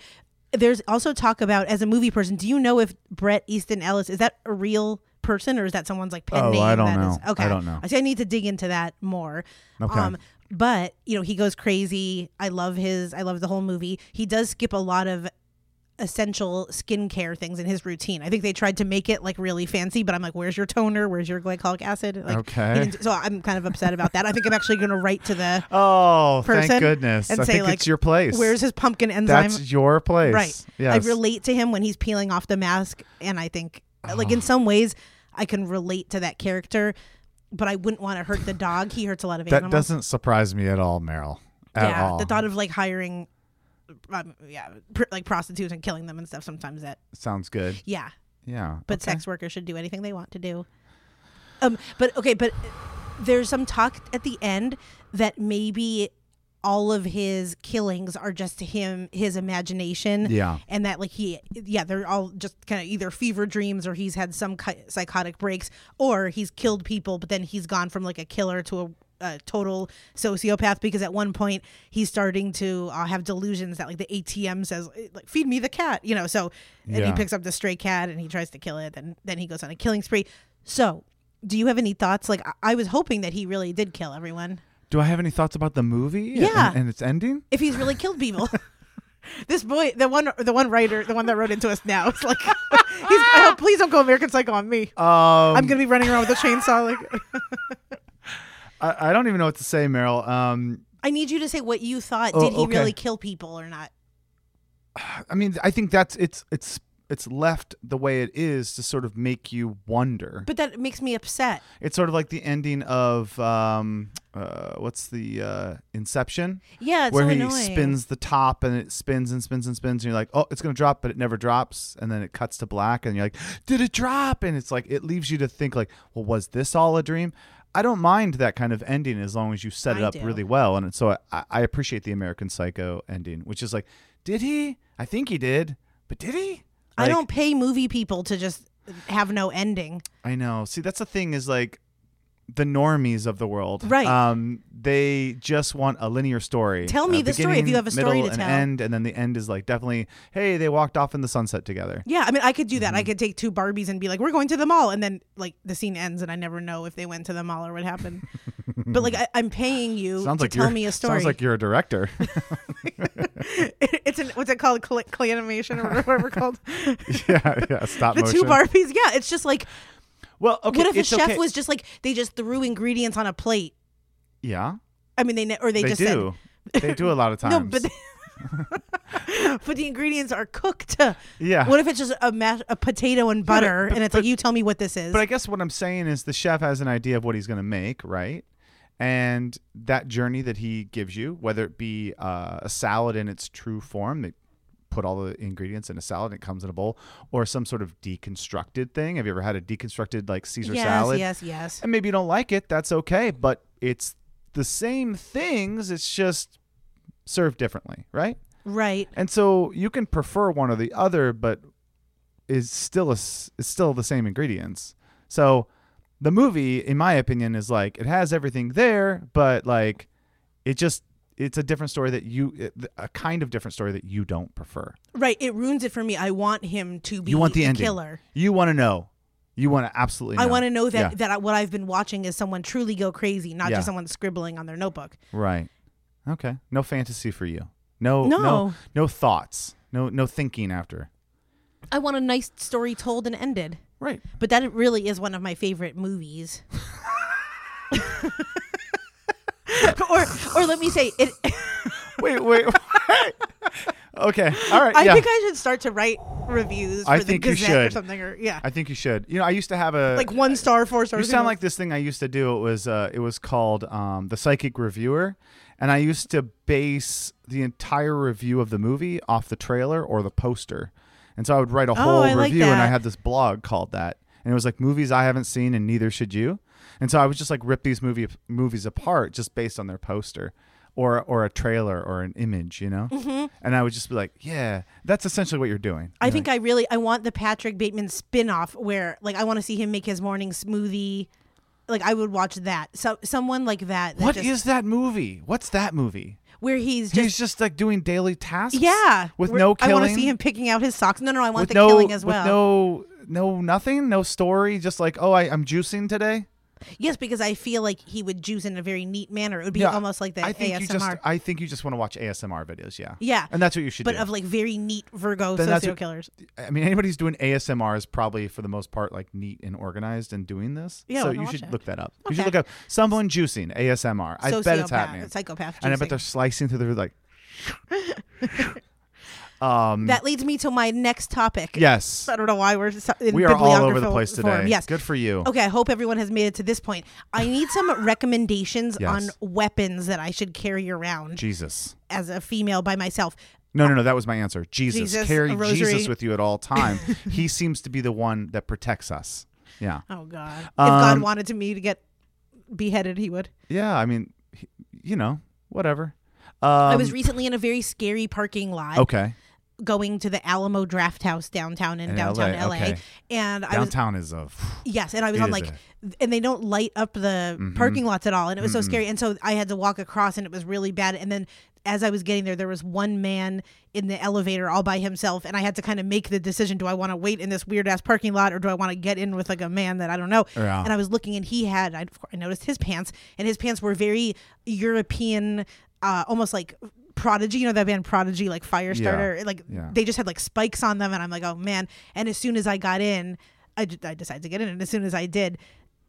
[SPEAKER 2] there's also talk about as a movie person, do you know if Brett Easton Ellis is that a real person or is that someone's like pen
[SPEAKER 1] Oh,
[SPEAKER 2] name
[SPEAKER 1] I don't
[SPEAKER 2] that
[SPEAKER 1] know.
[SPEAKER 2] is-
[SPEAKER 1] I
[SPEAKER 2] okay.
[SPEAKER 1] don't know.
[SPEAKER 2] I see I need to dig into that more. Um,
[SPEAKER 1] Okay.
[SPEAKER 2] but you know, he goes crazy. I love his I love the whole movie. He does skip a lot of essential skincare things in his routine. I think they tried to make it like really fancy, but I'm like, where's your toner? Where's your glycolic acid? Like,
[SPEAKER 1] Okay.
[SPEAKER 2] he didn't- So I'm kind of upset about that. I think I'm actually going to write to the
[SPEAKER 1] Oh,
[SPEAKER 2] person
[SPEAKER 1] thank goodness!
[SPEAKER 2] and
[SPEAKER 1] I
[SPEAKER 2] say
[SPEAKER 1] think
[SPEAKER 2] like,
[SPEAKER 1] it's your place.
[SPEAKER 2] Where's his pumpkin enzyme?
[SPEAKER 1] that's your place,
[SPEAKER 2] right.
[SPEAKER 1] Yes.
[SPEAKER 2] I relate to him when he's peeling off the mask, and I think like
[SPEAKER 1] Oh.
[SPEAKER 2] in some ways I can relate to that character, but I wouldn't want to hurt the dog. He hurts a lot of
[SPEAKER 1] that
[SPEAKER 2] animals.
[SPEAKER 1] doesn't surprise me at all, Meryl. At
[SPEAKER 2] yeah,
[SPEAKER 1] all.
[SPEAKER 2] the thought of like hiring, um, yeah, pr- like prostitutes and killing them and stuff. Sometimes that,
[SPEAKER 1] Sounds good.
[SPEAKER 2] yeah.
[SPEAKER 1] Yeah.
[SPEAKER 2] but
[SPEAKER 1] okay.
[SPEAKER 2] sex workers should do anything they want to do. Um, but okay, but there's some talk at the end that maybe all of his killings are just him, his imagination,
[SPEAKER 1] Yeah.
[SPEAKER 2] and that like he, yeah, they're all just kind of either fever dreams or he's had some ki- psychotic breaks or he's killed people, but then he's gone from like a killer to a. A total sociopath because at one point he's starting to uh, have delusions that like the ATM says "Eh, like feed me the cat you know so and he
[SPEAKER 1] Yeah.
[SPEAKER 2] picks picks up the stray cat and he tries to kill it and then he goes on a killing spree so do you have any thoughts like I, I was hoping that he really did kill everyone
[SPEAKER 1] Do I have any thoughts about the movie? and-
[SPEAKER 2] Yeah.
[SPEAKER 1] And, its ending?
[SPEAKER 2] if he's really killed people this boy the one the one writer the one that wrote into us now it's like he's, I hope, please don't go american psycho on me
[SPEAKER 1] Um,
[SPEAKER 2] i'm gonna be running around with a chainsaw like
[SPEAKER 1] I, I don't even know what to say, Meryl. Um,
[SPEAKER 2] i need you to say what you thought
[SPEAKER 1] Oh,
[SPEAKER 2] did he
[SPEAKER 1] okay.
[SPEAKER 2] really kill people or not
[SPEAKER 1] I mean, I think that's it's it's it's left the way it is to sort of make you wonder.
[SPEAKER 2] but that makes me upset
[SPEAKER 1] It's sort of like the ending of um, uh, what's the uh, Inception,
[SPEAKER 2] yeah it's
[SPEAKER 1] where
[SPEAKER 2] so
[SPEAKER 1] he
[SPEAKER 2] annoying
[SPEAKER 1] spins the top and it spins and spins and spins, and you're like, oh, it's gonna drop, but it never drops, and then it cuts to black, and you're like, did it drop? And it's like it leaves you to think like, well, was this all a dream? I don't mind that kind of ending as long as you set it
[SPEAKER 2] I
[SPEAKER 1] up
[SPEAKER 2] do.
[SPEAKER 1] really well, and so I, I appreciate the American Psycho ending, which is like, did he? I think he did, but did he?
[SPEAKER 2] i
[SPEAKER 1] Like,
[SPEAKER 2] don't pay movie people to just have no ending
[SPEAKER 1] I know. See, that's the thing is like the normies of the world.
[SPEAKER 2] Right.
[SPEAKER 1] Um, they just want a linear story.
[SPEAKER 2] Tell me
[SPEAKER 1] A
[SPEAKER 2] the story if
[SPEAKER 1] beginning,
[SPEAKER 2] you have a story
[SPEAKER 1] middle,
[SPEAKER 2] to
[SPEAKER 1] and
[SPEAKER 2] tell.
[SPEAKER 1] End, and then the end is like definitely, hey, they walked off in the sunset together.
[SPEAKER 2] Yeah, I mean, I could do
[SPEAKER 1] Mm-hmm.
[SPEAKER 2] that. I could take two Barbies and be like, "We're going to the mall," and then like the scene ends, and I never know if they went to the mall or what happened. but like, I, I'm paying you
[SPEAKER 1] Sounds
[SPEAKER 2] to
[SPEAKER 1] like
[SPEAKER 2] tell
[SPEAKER 1] you're-
[SPEAKER 2] me a story.
[SPEAKER 1] Sounds like you're a director.
[SPEAKER 2] it's an what's it called, Cl- claymation or whatever it's called.
[SPEAKER 1] yeah, yeah. Stop
[SPEAKER 2] the
[SPEAKER 1] motion.
[SPEAKER 2] two Barbies. Yeah, it's just like,
[SPEAKER 1] Well, okay.
[SPEAKER 2] what if a
[SPEAKER 1] it's
[SPEAKER 2] chef
[SPEAKER 1] okay.
[SPEAKER 2] was just like they just threw ingredients on a plate?
[SPEAKER 1] Yeah,
[SPEAKER 2] I mean, they ne- or they,
[SPEAKER 1] they
[SPEAKER 2] just
[SPEAKER 1] do. they do a lot of
[SPEAKER 2] said
[SPEAKER 1] times.
[SPEAKER 2] no, but. they- But the ingredients are cooked.
[SPEAKER 1] yeah.
[SPEAKER 2] What if it's just a mash, a potato and butter,
[SPEAKER 1] Ah. but-
[SPEAKER 2] and it's like you tell me what this is?
[SPEAKER 1] But I guess what I'm saying is the chef has an idea of what he's going to make, right? and that journey that he gives you, whether it be uh, a salad in its true form that put all the ingredients in a salad and it comes in a bowl, or some sort of deconstructed thing. Have you ever had a deconstructed like Caesar
[SPEAKER 2] yes,
[SPEAKER 1] salad?
[SPEAKER 2] yes, yes.
[SPEAKER 1] And maybe you don't like it. That's okay, but it's the same things. It's just served differently, right?
[SPEAKER 2] Right.
[SPEAKER 1] And so you can prefer one or the other, but is still a, s- it's still the same ingredients. So the movie, in my opinion, is like it has everything there, but like it just it's a different story that you it- a kind of different story that you don't prefer.
[SPEAKER 2] Right. It ruins it for me. I want him to be
[SPEAKER 1] You want the
[SPEAKER 2] a
[SPEAKER 1] ending.
[SPEAKER 2] killer.
[SPEAKER 1] You want to know. You want to absolutely. Know.
[SPEAKER 2] I want to know that
[SPEAKER 1] Yeah.
[SPEAKER 2] that I- what I've been watching is someone truly go crazy, not
[SPEAKER 1] Yeah.
[SPEAKER 2] just someone scribbling on their notebook.
[SPEAKER 1] Right. Okay. No fantasy for you. No.
[SPEAKER 2] No.
[SPEAKER 1] No. No, thoughts. No. No thinking after.
[SPEAKER 2] I want a nice story told and ended.
[SPEAKER 1] Right.
[SPEAKER 2] But that really is one of my favorite movies. or or let me say it
[SPEAKER 1] Wait. Wait. wait. okay. All right.
[SPEAKER 2] I
[SPEAKER 1] yeah.
[SPEAKER 2] think I should start to write reviews for
[SPEAKER 1] I
[SPEAKER 2] the
[SPEAKER 1] think you
[SPEAKER 2] Gazette or
[SPEAKER 1] should.
[SPEAKER 2] something or yeah.
[SPEAKER 1] I think you should. You know, I used to have a
[SPEAKER 2] like one star, four stars.
[SPEAKER 1] You sound like this thing I used to do. It was uh, it was called um, the Psychic Reviewer, and I used to base the entire review of the movie off the trailer or the poster, and so I would write a whole
[SPEAKER 2] Oh, I like
[SPEAKER 1] review, and I
[SPEAKER 2] that.
[SPEAKER 1] had this blog called that, and it was like movies I haven't seen, and neither should you, and so I would just like rip these movie movies apart just based on their poster. Or, or a trailer or an image, you know? And I would just be like, yeah, that's essentially what you're doing.
[SPEAKER 2] Mm-hmm. I think I really I want the Patrick Bateman spin-off where like I want to see him make his morning smoothie. Like I would watch that. So someone like that, that
[SPEAKER 1] What is
[SPEAKER 2] just-
[SPEAKER 1] that movie? What's that movie?
[SPEAKER 2] where he's just
[SPEAKER 1] he's just like doing daily tasks.
[SPEAKER 2] yeah,
[SPEAKER 1] with
[SPEAKER 2] Where-
[SPEAKER 1] no killing.
[SPEAKER 2] I want to see him picking out his socks. No, no, I want
[SPEAKER 1] with
[SPEAKER 2] the
[SPEAKER 1] no
[SPEAKER 2] killing as well.
[SPEAKER 1] With no, no nothing, no story. Just like oh, I, I'm juicing today.
[SPEAKER 2] Yes, because I feel like he would juice in a very neat manner. It would be almost like the
[SPEAKER 1] I think
[SPEAKER 2] ASMR.
[SPEAKER 1] you just I think you just want to watch ASMR videos. Yeah.
[SPEAKER 2] yeah,
[SPEAKER 1] And that's what you should
[SPEAKER 2] but
[SPEAKER 1] do.
[SPEAKER 2] of like very neat Virgo
[SPEAKER 1] Then that's
[SPEAKER 2] serial
[SPEAKER 1] what-
[SPEAKER 2] killers.
[SPEAKER 1] I mean, anybody who's doing ASMR is probably for the most part like neat and organized and doing this. So
[SPEAKER 2] Yeah, I'm gonna
[SPEAKER 1] you
[SPEAKER 2] watch
[SPEAKER 1] should
[SPEAKER 2] it.
[SPEAKER 1] look that up. You should
[SPEAKER 2] Okay.
[SPEAKER 1] look up someone juicing ASMR. I bet it's
[SPEAKER 2] Sociopath-
[SPEAKER 1] happening.
[SPEAKER 2] Psychopath.
[SPEAKER 1] and I bet
[SPEAKER 2] juicing.
[SPEAKER 1] they're slicing through their like. um.
[SPEAKER 2] That leads me to my next topic.
[SPEAKER 1] yes.
[SPEAKER 2] I don't know why we're so- in
[SPEAKER 1] We are all over the
[SPEAKER 2] bibliographical
[SPEAKER 1] place today.
[SPEAKER 2] form. Yes.
[SPEAKER 1] Good for you.
[SPEAKER 2] Okay, I hope everyone has made it to this point. I need some recommendations
[SPEAKER 1] Yes.
[SPEAKER 2] on weapons that I should carry around
[SPEAKER 1] Jesus.
[SPEAKER 2] as a female by myself.
[SPEAKER 1] No, no, no. That was my answer. Jesus,
[SPEAKER 2] Jesus,
[SPEAKER 1] carry
[SPEAKER 2] a rosary.
[SPEAKER 1] Jesus with you at all time. he seems to be the one that protects us. Yeah,
[SPEAKER 2] Oh God! If God
[SPEAKER 1] Um,
[SPEAKER 2] wanted to me to get beheaded, He would.
[SPEAKER 1] yeah. I mean, he- you know, whatever. Um,
[SPEAKER 2] I was recently in a very scary parking lot,
[SPEAKER 1] okay.
[SPEAKER 2] going to the Alamo Draft House downtown in,
[SPEAKER 1] In
[SPEAKER 2] downtown
[SPEAKER 1] LA,
[SPEAKER 2] LA,
[SPEAKER 1] okay.
[SPEAKER 2] and I was
[SPEAKER 1] Downtown is a
[SPEAKER 2] Yes, and I was
[SPEAKER 1] It
[SPEAKER 2] on
[SPEAKER 1] is Mm-hmm.
[SPEAKER 2] like, and they don't light up the parking lots at all, and it was so scary. And so I had to walk across, and it was really bad. And then as I was getting there, there was one man in the elevator all by himself, and I had to kind of make the decision: do I want to wait in this weird ass parking lot, or do I want to get in with like a man that I don't know?
[SPEAKER 1] Yeah.
[SPEAKER 2] And I was looking, and he had I, of course, I noticed his pants, and his pants were very European, uh, almost like. Prodigy, you know that band Prodigy, like Firestarter, like
[SPEAKER 1] Yeah.
[SPEAKER 2] they just had like spikes on them and i'm like oh man and as soon as i got in I, ju- I decided to get in and as soon as i did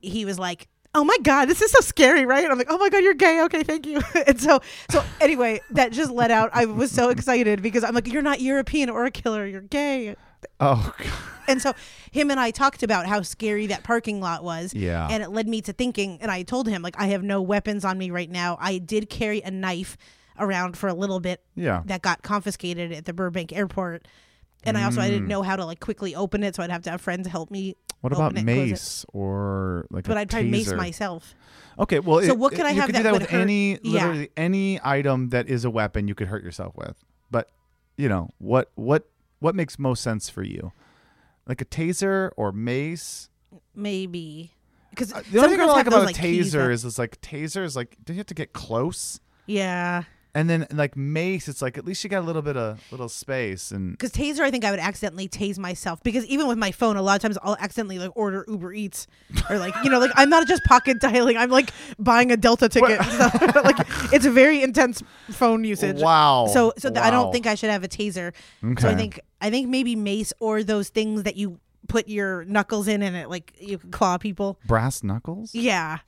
[SPEAKER 2] he was like oh my god this is so scary right and i'm like oh my god you're gay okay thank you and so so anyway that just let out i was so excited because i'm like you're not european or a killer you're gay
[SPEAKER 1] oh God.
[SPEAKER 2] and so him and I talked about how scary that parking lot was.
[SPEAKER 1] Yeah.
[SPEAKER 2] And it led me to thinking, and I told him, like, I have no weapons on me right now. I did carry a knife around for a little bit
[SPEAKER 1] Yeah.
[SPEAKER 2] that got confiscated at the Burbank airport. And I also I
[SPEAKER 1] Mm.
[SPEAKER 2] didn't know how to like quickly open it, so I'd have to have friends help me.
[SPEAKER 1] What about
[SPEAKER 2] open it, close it.
[SPEAKER 1] mace or like?
[SPEAKER 2] But
[SPEAKER 1] a
[SPEAKER 2] I'd try to mace
[SPEAKER 1] taser?
[SPEAKER 2] myself.
[SPEAKER 1] Okay, well,
[SPEAKER 2] So
[SPEAKER 1] it-
[SPEAKER 2] what could I
[SPEAKER 1] you
[SPEAKER 2] have
[SPEAKER 1] could
[SPEAKER 2] that
[SPEAKER 1] do that
[SPEAKER 2] would
[SPEAKER 1] with
[SPEAKER 2] hurt-
[SPEAKER 1] any
[SPEAKER 2] Yeah.
[SPEAKER 1] literally any item that is a weapon you could hurt yourself with. But you know what what what makes most sense for you, like a taser or mace.
[SPEAKER 2] Maybe. Because
[SPEAKER 1] Uh, The only thing I like about a taser is it's like taser is like do you have to get close?
[SPEAKER 2] yeah.
[SPEAKER 1] And then like mace, it's like at least you got a little bit of little space and
[SPEAKER 2] Because taser, I think I would accidentally tase myself. Because even with my phone, a lot of times I'll accidentally like order Uber Eats or like you know like I'm not just pocket dialing. I'm like buying a Delta ticket. So, like it's a very intense phone usage.
[SPEAKER 1] wow.
[SPEAKER 2] So so th- I don't
[SPEAKER 1] Oh, Wow.
[SPEAKER 2] think I should have a taser. So I
[SPEAKER 1] Okay.
[SPEAKER 2] think I think maybe mace or those things that you put your knuckles in and it like you can claw people.
[SPEAKER 1] brass knuckles.
[SPEAKER 2] Yeah.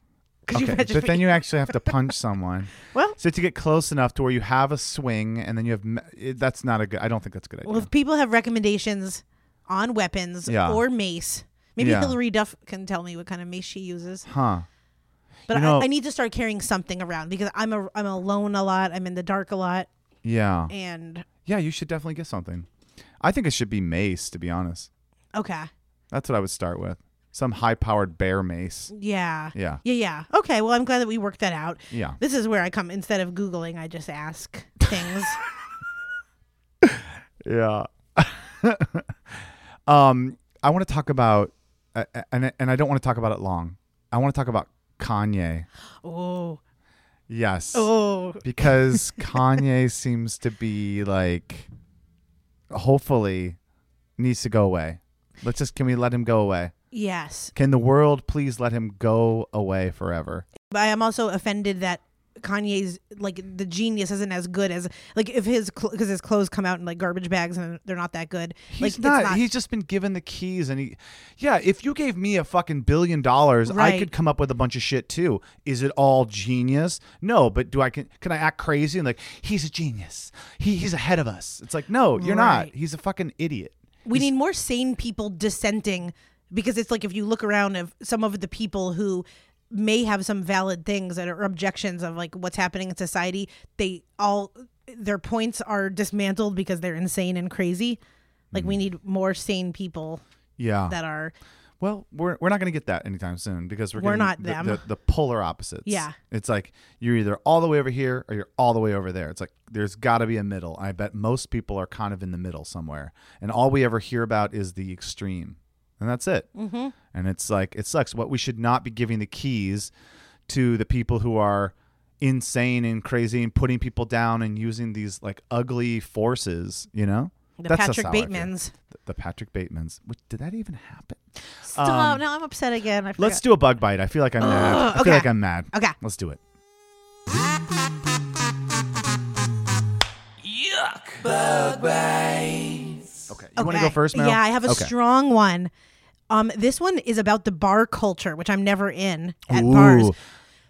[SPEAKER 2] Could you
[SPEAKER 1] Okay,
[SPEAKER 2] imagine
[SPEAKER 1] but then
[SPEAKER 2] me-
[SPEAKER 1] you actually have to punch someone.
[SPEAKER 2] Well-
[SPEAKER 1] so you have to get close enough to where you have a swing, and then you have ma- it, that's not a good. I don't think that's a good idea.
[SPEAKER 2] Well, if people have recommendations on weapons
[SPEAKER 1] Yeah.
[SPEAKER 2] or mace, maybe
[SPEAKER 1] Yeah.
[SPEAKER 2] Hillary Duff can tell me what kind of mace she uses.
[SPEAKER 1] huh?
[SPEAKER 2] But
[SPEAKER 1] You know-
[SPEAKER 2] I, I need to start carrying something around because I'm a I'm alone a lot. I'm in the dark a lot,
[SPEAKER 1] Yeah.
[SPEAKER 2] and
[SPEAKER 1] Yeah, you should definitely get something. I think it should be mace, to be honest.
[SPEAKER 2] okay,
[SPEAKER 1] That's what I would start with. Some high powered bear mace.
[SPEAKER 2] yeah,
[SPEAKER 1] Yeah.
[SPEAKER 2] yeah, yeah. Okay, well, I'm glad that we worked that out.
[SPEAKER 1] Yeah.
[SPEAKER 2] This is where I come instead of googling, I just ask things.
[SPEAKER 1] Yeah. um, I want to talk about, uh, and, and I don't want to talk about it long. I want to talk about Kanye.
[SPEAKER 2] oh,
[SPEAKER 1] Yes.
[SPEAKER 2] oh,
[SPEAKER 1] Because Kanye seems to be like, hopefully, needs to go away. Let's just, can we let him go away?
[SPEAKER 2] yes.
[SPEAKER 1] Can the world please let him go away forever?
[SPEAKER 2] But I am also offended that Kanye's like the genius isn't as good as like if his because his clothes come out in like garbage bags and they're not that good.
[SPEAKER 1] He's
[SPEAKER 2] like
[SPEAKER 1] not,
[SPEAKER 2] It's not
[SPEAKER 1] He's just been given the keys, and he, yeah. If you gave me a fucking billion dollars, I
[SPEAKER 2] Right.
[SPEAKER 1] could come up with a bunch of shit too. Is it all genius? No, but do I can can I act crazy and like he's a genius? He, he's ahead of us. It's like no, you're
[SPEAKER 2] Right.
[SPEAKER 1] not. He's a fucking idiot.
[SPEAKER 2] we need more sane people dissenting because it's like if you look around of some of the people who may have some valid things that are objections of like what's happening in society they all their points are dismantled because they're insane and crazy like
[SPEAKER 1] Mm-hmm.
[SPEAKER 2] we need more sane people
[SPEAKER 1] Yeah.
[SPEAKER 2] that are
[SPEAKER 1] well, we're we're not gonna get that anytime soon because we're
[SPEAKER 2] We're
[SPEAKER 1] getting
[SPEAKER 2] not
[SPEAKER 1] the,
[SPEAKER 2] them.
[SPEAKER 1] The, the polar opposites.
[SPEAKER 2] Yeah.
[SPEAKER 1] It's like you're either all the way over here or you're all the way over there. It's like there's got to be a middle. I bet most people are kind of in the middle somewhere, and all we ever hear about is the extreme, and that's it. Mm-hmm. And it's like it sucks. What we should not be giving the keys to the people who are insane and crazy and putting people down and using these like ugly forces. You know,
[SPEAKER 2] the
[SPEAKER 1] That's just
[SPEAKER 2] patrick
[SPEAKER 1] how I feel.
[SPEAKER 2] batemans
[SPEAKER 1] The, the Patrick Batemans. What, did that even happen?
[SPEAKER 2] stop
[SPEAKER 1] Um,
[SPEAKER 2] now i'm upset again I
[SPEAKER 1] Let's
[SPEAKER 2] forgot.
[SPEAKER 1] do a bug bite. I feel like I'm mad. I feel
[SPEAKER 2] okay.
[SPEAKER 1] like I'm mad.
[SPEAKER 2] Okay.
[SPEAKER 1] Let's do it. Okay. You want to go
[SPEAKER 2] Okay.
[SPEAKER 1] first, Meryl?
[SPEAKER 2] yeah i have a
[SPEAKER 1] okay.
[SPEAKER 2] strong one um this one is about the bar culture which i'm never in at
[SPEAKER 1] Ooh.
[SPEAKER 2] bars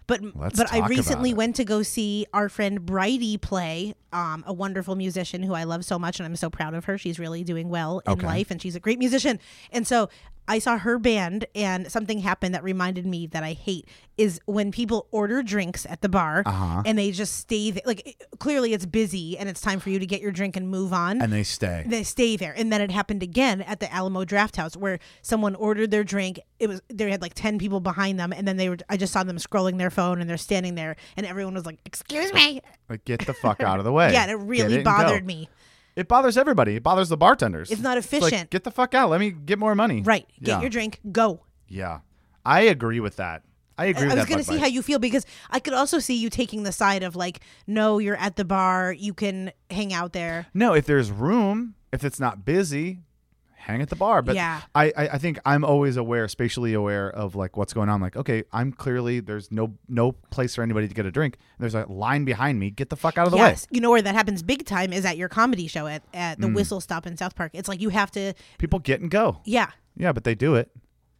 [SPEAKER 2] But
[SPEAKER 1] Let's
[SPEAKER 2] but
[SPEAKER 1] talk
[SPEAKER 2] I
[SPEAKER 1] about
[SPEAKER 2] recently
[SPEAKER 1] it.
[SPEAKER 2] went to go see our friend Brighty play, um, a wonderful musician who I love so much, and I'm so proud of her. She's really doing well in
[SPEAKER 1] Okay.
[SPEAKER 2] life, and she's a great musician. And so I saw her band, and something happened that reminded me that I hate is when people order drinks at the bar
[SPEAKER 1] Uh-huh.
[SPEAKER 2] and they just stay there. Like it- clearly, it's busy, and it's time for you to get your drink and move on.
[SPEAKER 1] And they stay.
[SPEAKER 2] they stay there and then it happened again at the alamo draft house where someone ordered their drink it was they had like 10 people behind them and then they were i just saw them scrolling their phone and they're standing there and everyone was like excuse me
[SPEAKER 1] like, get the fuck out of the way.
[SPEAKER 2] yeah and it
[SPEAKER 1] Get
[SPEAKER 2] really
[SPEAKER 1] and go.
[SPEAKER 2] bothered me
[SPEAKER 1] It bothers everybody. It bothers the bartenders.
[SPEAKER 2] It's not
[SPEAKER 1] like,
[SPEAKER 2] efficient.
[SPEAKER 1] get the fuck out. Let me get more money.
[SPEAKER 2] right get
[SPEAKER 1] yeah.
[SPEAKER 2] your drink go
[SPEAKER 1] Yeah. I agree with that. I agree with
[SPEAKER 2] I was
[SPEAKER 1] that.
[SPEAKER 2] gonna
[SPEAKER 1] bug
[SPEAKER 2] see
[SPEAKER 1] bite.
[SPEAKER 2] how you feel because I could also see you taking the side of like, no, you're at the bar, you can hang out there.
[SPEAKER 1] No, if there's room, if it's not busy, hang at the bar. But
[SPEAKER 2] Yeah.
[SPEAKER 1] I, I, I think I'm always aware, spatially aware of like what's going on. Like, okay, I'm clearly there's no no place for anybody to get a drink. There's a line behind me. Get the fuck out of the
[SPEAKER 2] yes,
[SPEAKER 1] way. Mm.
[SPEAKER 2] you know where that happens big time is at your comedy show at at the Whistle Stop in South Park. It's like you have to,
[SPEAKER 1] People get and go.
[SPEAKER 2] yeah,
[SPEAKER 1] Yeah, but they do it.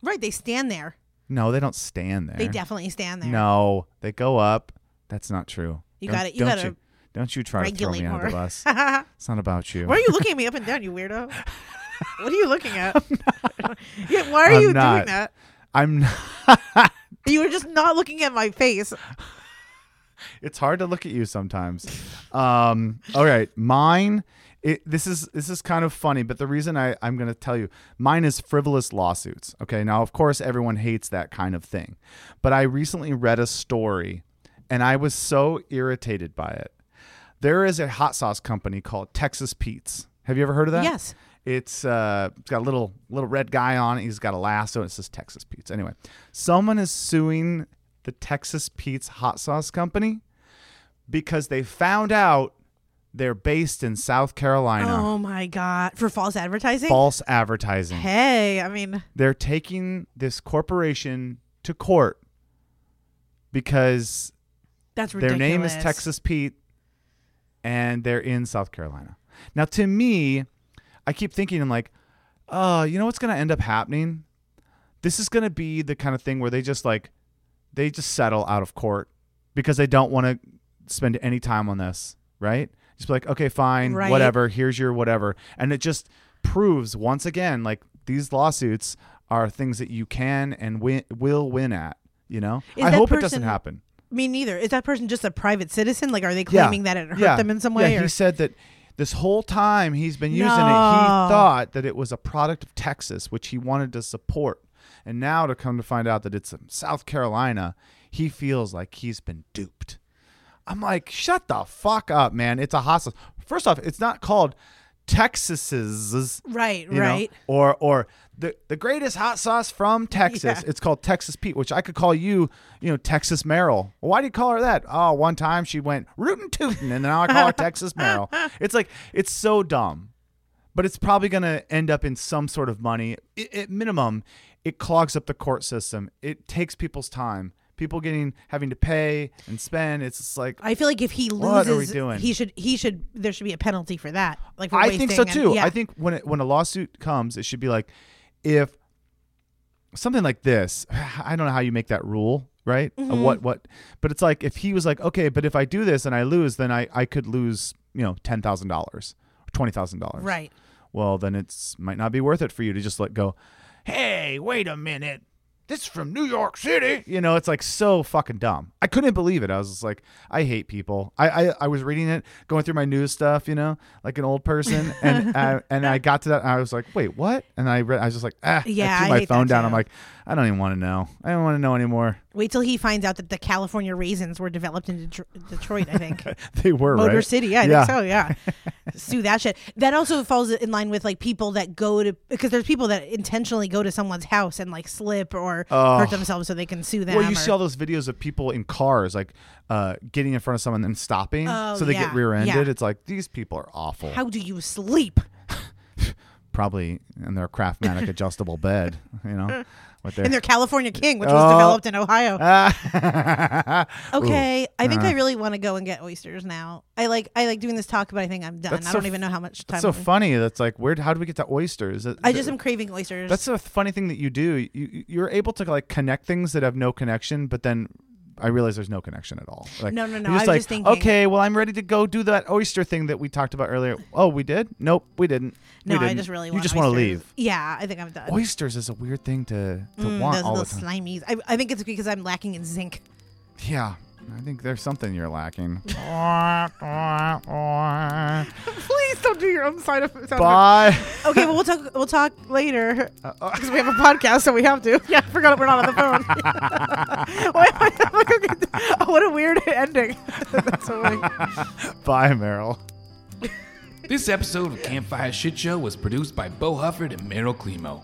[SPEAKER 2] right. They stand there.
[SPEAKER 1] No, they don't stand there.
[SPEAKER 2] They definitely stand there.
[SPEAKER 1] No, they go up. That's not true.
[SPEAKER 2] You
[SPEAKER 1] Don't-
[SPEAKER 2] gotta- you
[SPEAKER 1] don't
[SPEAKER 2] gotta
[SPEAKER 1] You, don't you try to throw
[SPEAKER 2] regulate
[SPEAKER 1] me under
[SPEAKER 2] more.
[SPEAKER 1] the bus.
[SPEAKER 2] Why
[SPEAKER 1] It's not about you.
[SPEAKER 2] are you looking at me up and down, you weirdo? What are you looking at? yeah, why are
[SPEAKER 1] I'm
[SPEAKER 2] you
[SPEAKER 1] not.
[SPEAKER 2] doing that?
[SPEAKER 1] I'm. Not,
[SPEAKER 2] You were just not looking at my face.
[SPEAKER 1] it's hard to look at you sometimes. Um, all right, mine. It, this is this is kind of funny, but the reason I I'm going to tell you mine is frivolous lawsuits. Okay, now of course everyone hates that kind of thing, but I recently read a story, and I was so irritated by it. There is a hot sauce company called Texas Pete's. Have you ever heard of that?
[SPEAKER 2] Yes.
[SPEAKER 1] It's uh, it's got a little little red guy on it. He's got a lasso. and It says Texas Pete's. Anyway, someone is suing the Texas Pete's hot sauce company because they found out they're based in South Carolina.
[SPEAKER 2] Oh my god! For false advertising.
[SPEAKER 1] False advertising.
[SPEAKER 2] Hey, I mean,
[SPEAKER 1] They're taking this corporation to court because
[SPEAKER 2] that's
[SPEAKER 1] their
[SPEAKER 2] ridiculous.
[SPEAKER 1] name is Texas Pete and they're in South Carolina. Now, to me, I keep thinking, I'm like, oh, you know what's going to end up happening? This is going to be the kind of thing where they just like, they just settle out of court because they don't want to spend any time on this, right? Just be like, okay, fine,
[SPEAKER 2] Right.
[SPEAKER 1] whatever, here's your whatever. And it just proves once again, like, these lawsuits are things that you can and win, will win at. You know,
[SPEAKER 2] Is
[SPEAKER 1] I
[SPEAKER 2] that
[SPEAKER 1] hope it doesn't
[SPEAKER 2] person-
[SPEAKER 1] happen.
[SPEAKER 2] Me neither. Is that person just a private citizen? Like, are they claiming that it hurt them in some way?
[SPEAKER 1] Yeah,
[SPEAKER 2] or-
[SPEAKER 1] he said that this whole time he's been using it, he
[SPEAKER 2] No.
[SPEAKER 1] thought that it was a product of Texas, which he wanted to support. And now to come to find out that it's in South Carolina, he feels like he's been duped. I'm like, shut the fuck up, man. It's a hostile. First off, it's not called Texas's.
[SPEAKER 2] right,
[SPEAKER 1] you know,
[SPEAKER 2] right.
[SPEAKER 1] or or the the greatest hot sauce from Texas.
[SPEAKER 2] Yeah.
[SPEAKER 1] It's called Texas Pete, which I could call you, you know, Texas Merrill. Why do you call her that? Oh, one time she went rootin' tootin', and now I call her Texas Merrill. It's like it's so dumb, but it's probably gonna end up in some sort of money. I at minimum, it clogs up the court system. It takes people's time. People getting having to pay and spend. It's just like
[SPEAKER 2] I feel like if he loses,
[SPEAKER 1] What are we doing?
[SPEAKER 2] he should he should there should be a penalty for that. Like, for
[SPEAKER 1] I think so
[SPEAKER 2] wasting and-
[SPEAKER 1] too.
[SPEAKER 2] yeah.
[SPEAKER 1] I think when it, when a lawsuit comes, it should be like if something like this. I don't know how you make that rule, right? Uh, What what? But it's like if he was like, okay, but if I do this and I lose, then I I could lose you know ten thousand dollars or twenty thousand dollars,
[SPEAKER 2] right.
[SPEAKER 1] Well, then it's might not be worth it for you to just let go. Hey, wait a minute. This is from New York City. You know, it's like so fucking dumb. I couldn't believe it. I was just like, I hate people. I I, I was reading it, going through my news stuff, you know, like an old person, and I, and I got to that, and I was like, wait, what? And I read, I was just like, ah,
[SPEAKER 2] Yeah,
[SPEAKER 1] I threw
[SPEAKER 2] I
[SPEAKER 1] my
[SPEAKER 2] hate
[SPEAKER 1] phone
[SPEAKER 2] that
[SPEAKER 1] down.
[SPEAKER 2] too.
[SPEAKER 1] I'm like, I don't even want to know. I don't want to know anymore.
[SPEAKER 2] Wait till he finds out that the California raisins were developed in Detr- Detroit. I think
[SPEAKER 1] They were
[SPEAKER 2] Motor
[SPEAKER 1] right?
[SPEAKER 2] City. Yeah, I think so. Yeah, sue that shit. That also falls in line with like people that go to because there's people that intentionally go to someone's house and like slip or hurt themselves so they can sue them.
[SPEAKER 1] Well, you
[SPEAKER 2] or-
[SPEAKER 1] see all those videos of people in cars, like uh, getting in front of someone and stopping,
[SPEAKER 2] Oh,
[SPEAKER 1] so they
[SPEAKER 2] yeah,
[SPEAKER 1] get rear-ended.
[SPEAKER 2] yeah.
[SPEAKER 1] It's like these people are awful.
[SPEAKER 2] how do you sleep?
[SPEAKER 1] Probably in their Craftmatic adjustable bed, you know, with their.
[SPEAKER 2] And their California King, which
[SPEAKER 1] Uh,
[SPEAKER 2] was developed in Ohio.
[SPEAKER 1] Ah.
[SPEAKER 2] Okay, I think
[SPEAKER 1] Uh-huh.
[SPEAKER 2] I really want to go and get oysters now. I like I like doing this talk, but I think I'm done.
[SPEAKER 1] That's
[SPEAKER 2] I
[SPEAKER 1] so
[SPEAKER 2] don't
[SPEAKER 1] f-
[SPEAKER 2] even know how much time.
[SPEAKER 1] That's so
[SPEAKER 2] I'm-
[SPEAKER 1] funny. That's like weird. How do we get to oysters? That-
[SPEAKER 2] I just am craving oysters.
[SPEAKER 1] That's a funny thing that you do. You you're able to like connect things that have no connection, but then. I realize there's no connection at all. Like,
[SPEAKER 2] No, no, no,
[SPEAKER 1] you're
[SPEAKER 2] I was
[SPEAKER 1] like,
[SPEAKER 2] just thinking-
[SPEAKER 1] okay, well, I'm ready to go do that oyster thing that we talked about earlier. Oh, we did? Nope, we didn't.
[SPEAKER 2] no,
[SPEAKER 1] we didn't.
[SPEAKER 2] I just really
[SPEAKER 1] You
[SPEAKER 2] want
[SPEAKER 1] just
[SPEAKER 2] want
[SPEAKER 1] to leave.
[SPEAKER 2] Yeah, I think I'm done.
[SPEAKER 1] Oysters is a weird thing to, to
[SPEAKER 2] Mm,
[SPEAKER 1] want
[SPEAKER 2] those
[SPEAKER 1] all the
[SPEAKER 2] those
[SPEAKER 1] time.
[SPEAKER 2] slimies. I, I think it's because I'm lacking in zinc.
[SPEAKER 1] yeah, I think there's something you're lacking.
[SPEAKER 2] Please don't do your own side of
[SPEAKER 1] Bye.
[SPEAKER 2] Okay, well we'll talk we'll talk later because we have a podcast, so we have to. Uh, Yeah, I forgot we're not on the phone. oh, what a weird ending. That's so funny.
[SPEAKER 1] Bye, Meryl.
[SPEAKER 3] This episode of Campfire Shit Show was produced by Bo Hufford and Meryl Climo.